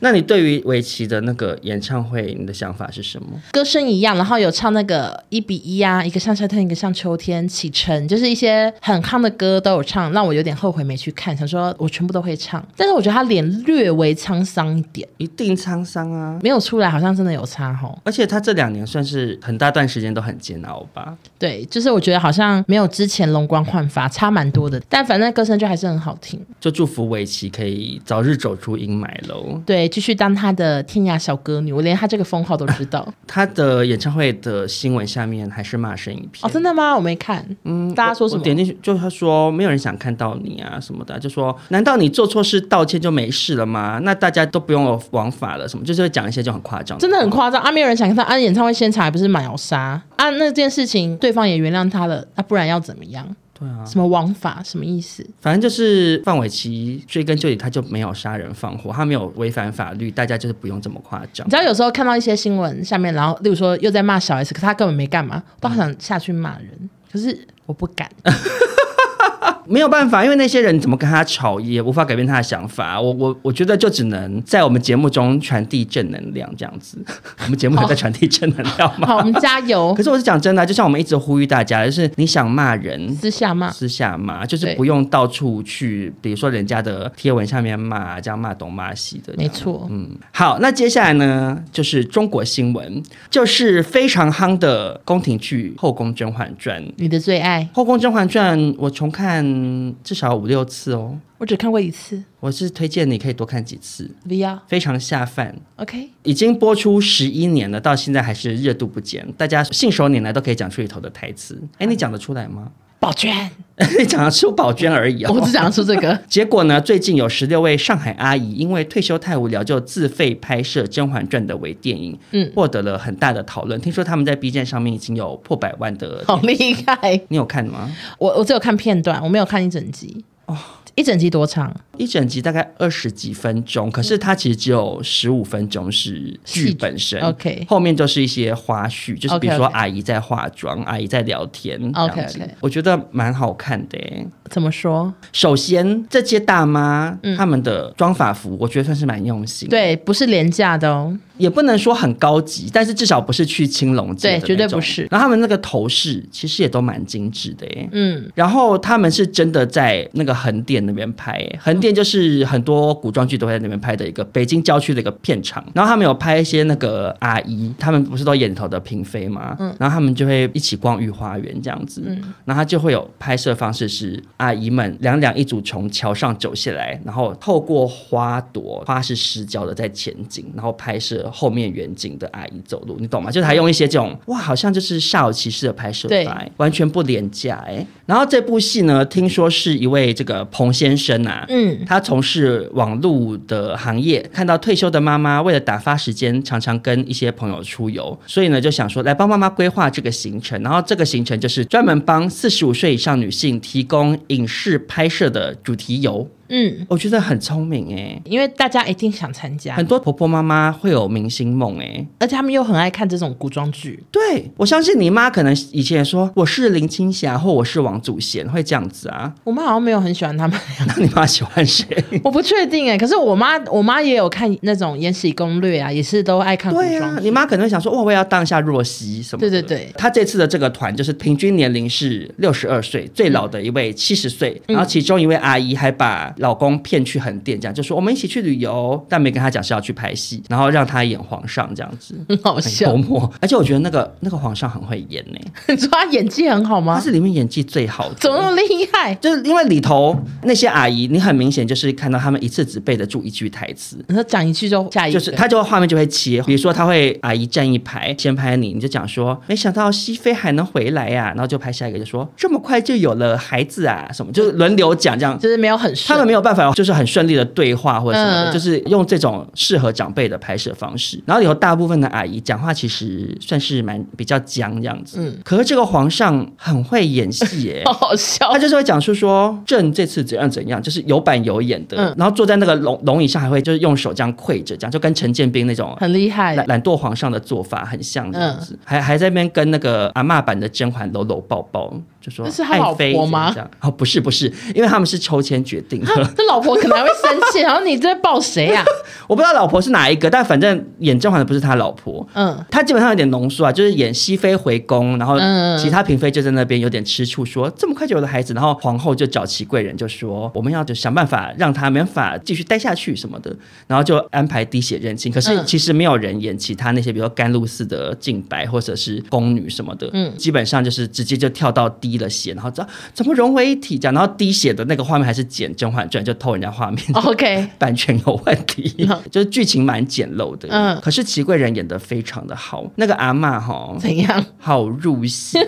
S2: 那你对于围棋的那个演唱会，你的想法是什么？
S1: 歌声一样，然后有唱那个一比一啊，一个像夏天，一个像秋天，启程，就是一些很夯的歌都有唱，让我有点后悔没去看，想说我全部都会唱，但是我觉得他脸略微沧桑一点，
S2: 一定沧桑啊！
S1: 没有出来，好像真的有差吼。
S2: 而且他这两年算是很大段时间都很煎熬吧。
S1: 对，就是我觉得好像没有之前容光焕发，差蛮多的，但反正歌声就还是很好听。
S2: 就祝福围棋可以早日走出阴霾喽。
S1: 对，继续当他的天涯小歌女，我连他这个封号都知道
S2: 他的演唱会的新闻下面还是骂声一片
S1: 哦，真的吗？我没看，嗯，大家说什
S2: 我
S1: 么？
S2: 点进去就他说没有人想看到你啊什么的，就说难道你做错事道歉就没事了吗？那大家都不用有王法了什么，就是会讲一些就很夸张，
S1: 真的很。夸张啊！没有人想看到啊，演唱会现场还不是秒杀啊？那件事情对方也原谅他了，啊，不然要怎么样？
S2: 对啊，
S1: 什么王法？什么意思？
S2: 反正就是范玮琪追根究底，他就没有杀人放火，他没有违反法律，大家就是不用这么夸张
S1: 你。知道有时候看到一些新闻下面，然后例如说又在骂小 S，可他根本没干嘛，我都好想下去骂人，可是我不敢。
S2: 没有办法，因为那些人怎么跟他吵也无法改变他的想法。我我我觉得就只能在我们节目中传递正能量这样子。我们节目有在传递正能量
S1: <laughs>
S2: 吗？
S1: 好，我们加油
S2: 可，是我是讲真的啊、就像我们一直呼吁大家，就是你想骂人，
S1: 私下骂。
S2: 私下骂，就是
S1: 啊对
S2: 不用到处去，比如说人家的贴文下面骂，这样骂东骂西的。
S1: 没。错，
S2: 嗯，好，那接下来呢，就是中国新闻，就是非常夯的宫廷剧《后宫甄嬛传》。
S1: 你的最爱，
S2: 《后宫甄嬛传》我重看至少五六次哦，
S1: 我只看过一次。
S2: 我是推荐你可以多看几次，
S1: V R
S2: 非常下饭。
S1: OK，
S2: 已经播出十一年了，到现在还是热度不减，大家信手拈来都可以讲出里头的台词。哎，你讲得出来吗？ <laughs>
S1: 宝娟，
S2: 你讲得出宝娟而已哦。
S1: 我只想出这个。
S2: 结果呢，最近有十六位上海阿姨因为退休太无聊，就自费拍摄《甄嬛传》的微电影，
S1: 嗯
S2: 获得了很大的讨论。听说他们在 B 站上面已经有破百万
S1: <laughs>
S2: 的，
S1: 好厉害！
S2: 你有看吗？
S1: 我我只有看片段，我没有看一整集。哦，一整集多长？
S2: 一整集大概二十几分钟，可
S1: 嗯
S2: 是它其实只有十五分钟是
S1: 戏
S2: 剧
S1: 剧
S2: 本身
S1: OK
S2: 后面就是一些花絮，就是比如说
S1: OK，OK
S2: 阿姨在化妆阿姨在聊天这样子
S1: OK，OK
S2: 我觉得蛮好看的耶。
S1: 怎么说？
S2: 首先，这些大妈、她们的妆法服，我觉得算是蛮用心
S1: 嗯
S2: 的。
S1: 对，不是廉价的哦。
S2: 也不能说很高级，但是至少不是去青龙街
S1: 对
S2: 的那种
S1: 绝对不是
S2: 然后他们那个头饰其实也都蛮精致的耶。
S1: 嗯，
S2: 然后他们是真的在那个横店那边拍耶，横店就是很多古装剧都会在那边拍的一个北京郊区的一个片场。然后他们有拍一些那个阿姨，他们不是都演头的嫔妃嘛，然后他们就会一起逛御花园这样子。然后他就会有拍摄方式是阿姨们两两一组从桥上走下来，然后透过花朵，花是失焦的在前景，然后拍摄后面远景的阿姨走路，你懂吗？就是还用一些这种哇，好像就是煞有其事的拍摄
S1: 对
S2: 法、欸完全不廉价哎、然后这部戏呢，听说是一位这个彭先生啊，
S1: 嗯
S2: 他从事网络的行业，看到退休的妈妈为了打发时间，常常跟一些朋友出游，所以呢就想说来帮妈妈规划这个行程。然后这个行程就是专门帮四十五岁以上女性提供影视拍摄的主题游。
S1: 嗯，
S2: 我觉得很聪明哎、
S1: 因为大家一定想参加
S2: 很，多婆婆妈妈会有明星梦哎、
S1: 而且他们又很爱看这种古装剧。
S2: 对我相信你妈可能以前也说我是林青霞或我是王祖贤会这样子啊，
S1: 我妈好像没有很喜欢他们俩，
S2: <laughs> 那你妈喜欢谁？
S1: <laughs> 我不确定哎、可是我妈，我妈也有看那种《延禧攻略》啊，也是都爱看古
S2: 对
S1: 装
S2: 啊，
S1: 剧。
S2: 你妈可能会想说哇，我也要当一下若曦什么的。
S1: 对对对
S2: 她这次的这个团就是平均年龄是六十二岁，最老的一位七十岁，
S1: 嗯
S2: 然后其中一位阿姨还把老公骗去横店，这样就说我们一起去旅游，但没跟她讲是要去拍戏，然后让她演皇上这样子。
S1: 很嗯好
S2: 很
S1: 笑
S2: 幽。默，而且我觉得那个那个皇上很会演呢、
S1: <laughs> 你说她演技很好
S2: 他
S1: 吗？
S2: 是里面演技最好的。
S1: 怎么那么厉害？
S2: 就是因为里头那些阿姨，你很明显就是看到他们一次只背得住一句台词，
S1: 你说讲一句就下一句，
S2: 就是他就画面就会切，比如说他会阿姨站一排，先拍你，你就讲说没想到熹妃还能回来呀、然后就拍下一个就说这么快就有了孩子啊什么，就是轮流讲这样。
S1: 就是没有很顺
S2: 他们没有办法，就是很顺利的对话或者什么的，
S1: 嗯
S2: 就是用这种适合长辈的拍摄方式。然后有大部分的阿姨讲话其实算是蛮比较僵这样子，
S1: 嗯
S2: 可是这个皇上很会演
S1: <laughs>
S2: 戏耶、
S1: 好好笑
S2: 他。就是会讲述说朕这次怎样怎样，就是有板有眼的，
S1: 嗯
S2: 然后坐在那个龙龙椅上还会就是用手这样跪着，这样就跟陈建斌那种。
S1: 很嗯厉害，
S2: 懒懒惰皇上的做法很像这样子，还还在那边跟那个阿嬷版的甄嬛搂搂抱抱，就说
S1: 那是他
S2: 爱
S1: 老
S2: 妃
S1: 婆
S2: 怎样
S1: 吗
S2: 这样哦，不是不是，因为他们是抽签决定的， <laughs>
S1: 这老婆可能还会生气，然后你这抱谁啊呀、
S2: 我不知道老婆是哪一个，但反正演甄嬛的不是他老婆， <laughs>
S1: 嗯，
S2: 他基本上有点浓缩啊，就是演熹妃回宫，然后
S1: 嗯
S2: 其他嫔妃就在那边有点吃醋说，这么快就有了孩子，然后皇后就找祺贵人就说我们要就想办法让他没办法继续待下去什么的，然后就安排滴血认亲。可是
S1: 嗯
S2: 其实没有人演其他那些，比如说甘露寺的净白或者是宫女什么的，
S1: 嗯
S2: 基本上就是直接就跳到滴了血，然后怎怎么融为一体这样，然后滴血的那个画面还是剪《甄嬛传》就偷人家画面，
S1: 哦 OK，
S2: 版权有问题，
S1: <laughs> 嗯
S2: 就是剧情蛮简陋的。
S1: 嗯
S2: 可是祺贵人演的非常的好，那个阿嬷哈。
S1: 怎样？
S2: 好入
S1: <laughs>
S2: 戏，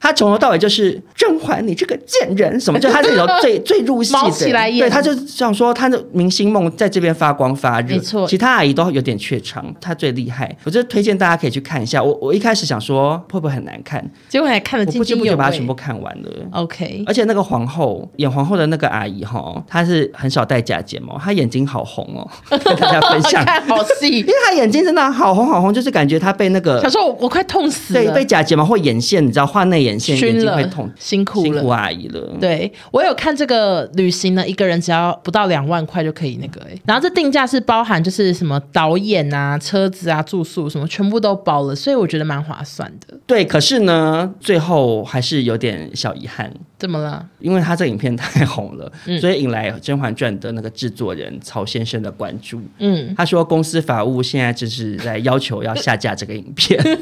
S2: 她从头到尾就是甄嬛，你这个贱人，什么
S1: <laughs>
S2: 就她这里头最最入戏
S1: 毛
S2: 的，
S1: 起来演
S2: 对，她就想说她的明星梦在这边发光发热，
S1: 没错
S2: 其他阿姨都有点怯场，她最厉害，我就推荐大家可以去看一下。我我一开始想说会不会很难看，
S1: 结果还看得
S2: 我
S1: 呃津
S2: 不知
S1: 津
S2: 不
S1: 有
S2: 觉把它
S1: 味
S2: 全。部看完了。
S1: OK，
S2: 而且那个皇后演皇后的那个阿姨哈，她是很少戴假睫毛，她眼睛好红
S1: <laughs>
S2: 哦，跟大家分享，
S1: 看好
S2: <laughs> 因
S1: 戏
S2: 为，她眼睛真的好红好红，就是感觉她被那个
S1: 想说我我快痛死
S2: 对
S1: 了，
S2: 被假睫毛或眼线，你知道画内眼线眼
S1: 熏
S2: 睛
S1: 了
S2: 会痛，，
S1: 辛苦
S2: 辛
S1: 了
S2: 苦。啊阿姨了。
S1: 对我有看这个旅行呢，一个人只要不到两万块就可以那个、欸，然后这定价是包含就是什么导演啊、车子啊、住宿什么全部都包了，所以我觉得蛮划算的。
S2: 对，可是呢，最后还是有点小遗憾，
S1: 怎么了？
S2: 因为她这影片太红了，
S1: 嗯
S2: 所以引来《甄嬛传》的那个制作人曹先生的关注。
S1: 嗯，
S2: 他说，公司法务现在就是在要求要下架这个影片。
S1: <laughs>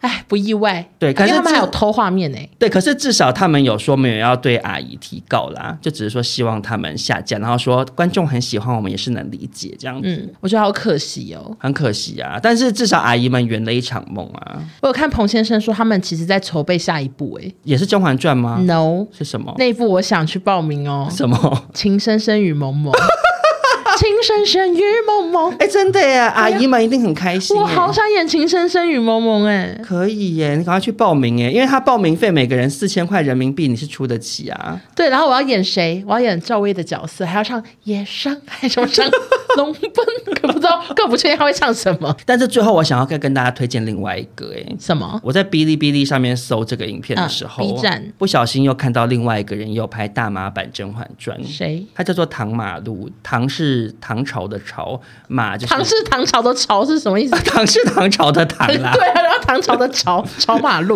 S1: 哎，不意外，
S2: 对可是
S1: 因为他们
S2: 这
S1: 还有偷画面呢、欸。
S2: 对，可是至少他们有说没有要对阿姨提告啦，就只是说希望他们下架，然后说观众很喜欢我们也是能理解这样子。
S1: 嗯，我觉得好可惜哦。
S2: 很可惜啊，但是至少阿姨们圆了一场梦啊，
S1: 我有看彭先生说，他们其实在筹备下一部、欸，
S2: 也是《甄嬛传》吗？
S1: no，
S2: 是什么？
S1: 那一部我想去报名
S2: <laughs>
S1: 哦，
S2: 什么？
S1: 《情深深雨蒙
S2: <laughs>
S1: 蒙》，情深深雨蒙蒙，
S2: 哎、真的耶，阿姨们一定很开心耶。
S1: 我好想演《情深深雨蒙蒙》哎，
S2: 可以耶，你赶快去报名耶，因为他报名费每个人四千块人民币，你是出得起啊。
S1: 对，然后我要演谁？我要演赵薇的角色，还要唱《野生》还什么
S2: <laughs>
S1: 唱龙奔，可不知道，更不确定他会唱什么。
S2: 但是最后我想要再跟大家推荐另外一个哎。
S1: 什么？
S2: 我在哔哩哔哩上面搜这个影片的
S1: 嗯
S2: 时候，
S1: B 站
S2: 不小心又看到另外一个人又拍大马版《甄嬛传》，
S1: 谁？
S2: 他叫做唐马路，唐是唐朝的朝，马就是
S1: 唐是唐朝的朝是什么意思？
S2: <laughs> 唐是唐朝的唐
S1: <laughs> 对
S2: 啦，
S1: 啊，然后唐朝的朝朝马路，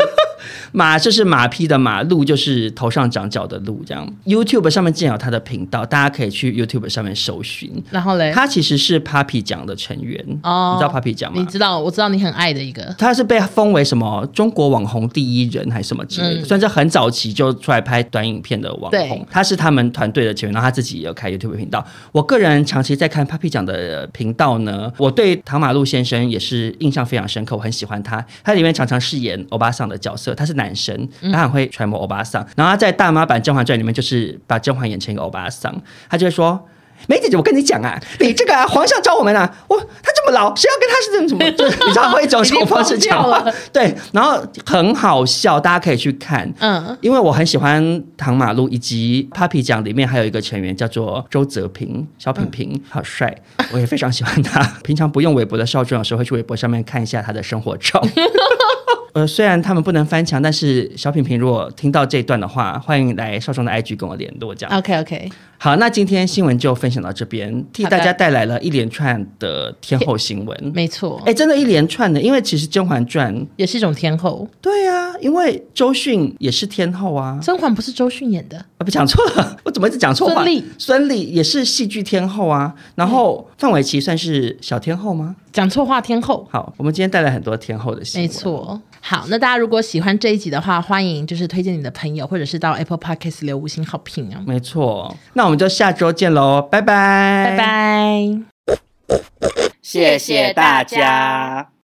S2: 马就是马匹的马，鹿就是头上长角的鹿，这样。YouTube 上面竟然有他的频道，大家可以去 YouTube 上面搜寻。
S1: 然后嘞，
S2: 他其实是 Papi 奖的成员，
S1: 哦
S2: 你知道 Papi 奖
S1: 你
S2: 吗？
S1: 知道，我知道你很爱的一个，
S2: 他是被封为什么中国网红第一人还是什么之类的，算是很早期就出来拍短影片的网红
S1: 嗯对。
S2: 他是他们团队的成员，然后他自己也有开 YouTube 频道。我个人长期在看 Papi 奖的频道呢，我对唐马路先生也是印象非常深刻，我很喜欢他。他里面常常饰演欧巴桑的角色，他是男神，
S1: 嗯
S2: 他很会揣摩欧巴桑。然后他在大妈版《甄嬛传》里面就是把甄嬛演成一个欧巴桑，他就会说。梅姐姐，我跟你讲啊，你这个啊、皇上找我们啊，我他就这么老，谁要跟他是什么？哦就是 <laughs> 你知道会一种
S1: 已经
S2: 这种方式讲
S1: 疯掉
S2: 话
S1: 了，
S2: 对，然后很好笑，大家可以去看。
S1: 嗯，
S2: 因为我很喜欢唐马路，以及 Papi 奖里面还有一个成员叫做周泽平，小品
S1: 嗯
S2: 平，好帅，我也非常喜欢他。 <laughs> 平常不用微博的少壮，有时候会去微博上面看一下他的生活照。 <laughs> 呃，虽然他们不能翻墙，但是小品平如果听到这一段的话，欢迎来少壮的 IG 跟我联络，这样。
S1: OK OK，
S2: 好，那今天新闻就分享到这边，替
S1: 好的
S2: 大家带来了一连串的天后新闻。
S1: 没错，
S2: 哎，真的，一连串的，因为其实《甄嬛传》
S1: 也是一种天后。
S2: 对啊，因为周迅也是天后啊，
S1: 甄嬛不是周迅演的，
S2: 啊，不讲错了，我怎么一直讲错话？
S1: 孙俪，
S2: 孙俪也是戏剧天后啊。然后范玮琪算是小天后吗？
S1: 讲错话天后。
S2: 好，我们今天带来很多天后的新
S1: 没
S2: 闻。，
S1: 错，好，那大家如果喜欢这一集的话，欢迎就是推荐你的朋友，或者是到 Apple Podcast 留五星好评啊，
S2: 没错。那我们就下周见喽，拜拜，
S1: 拜。拜。
S3: 谢谢大家。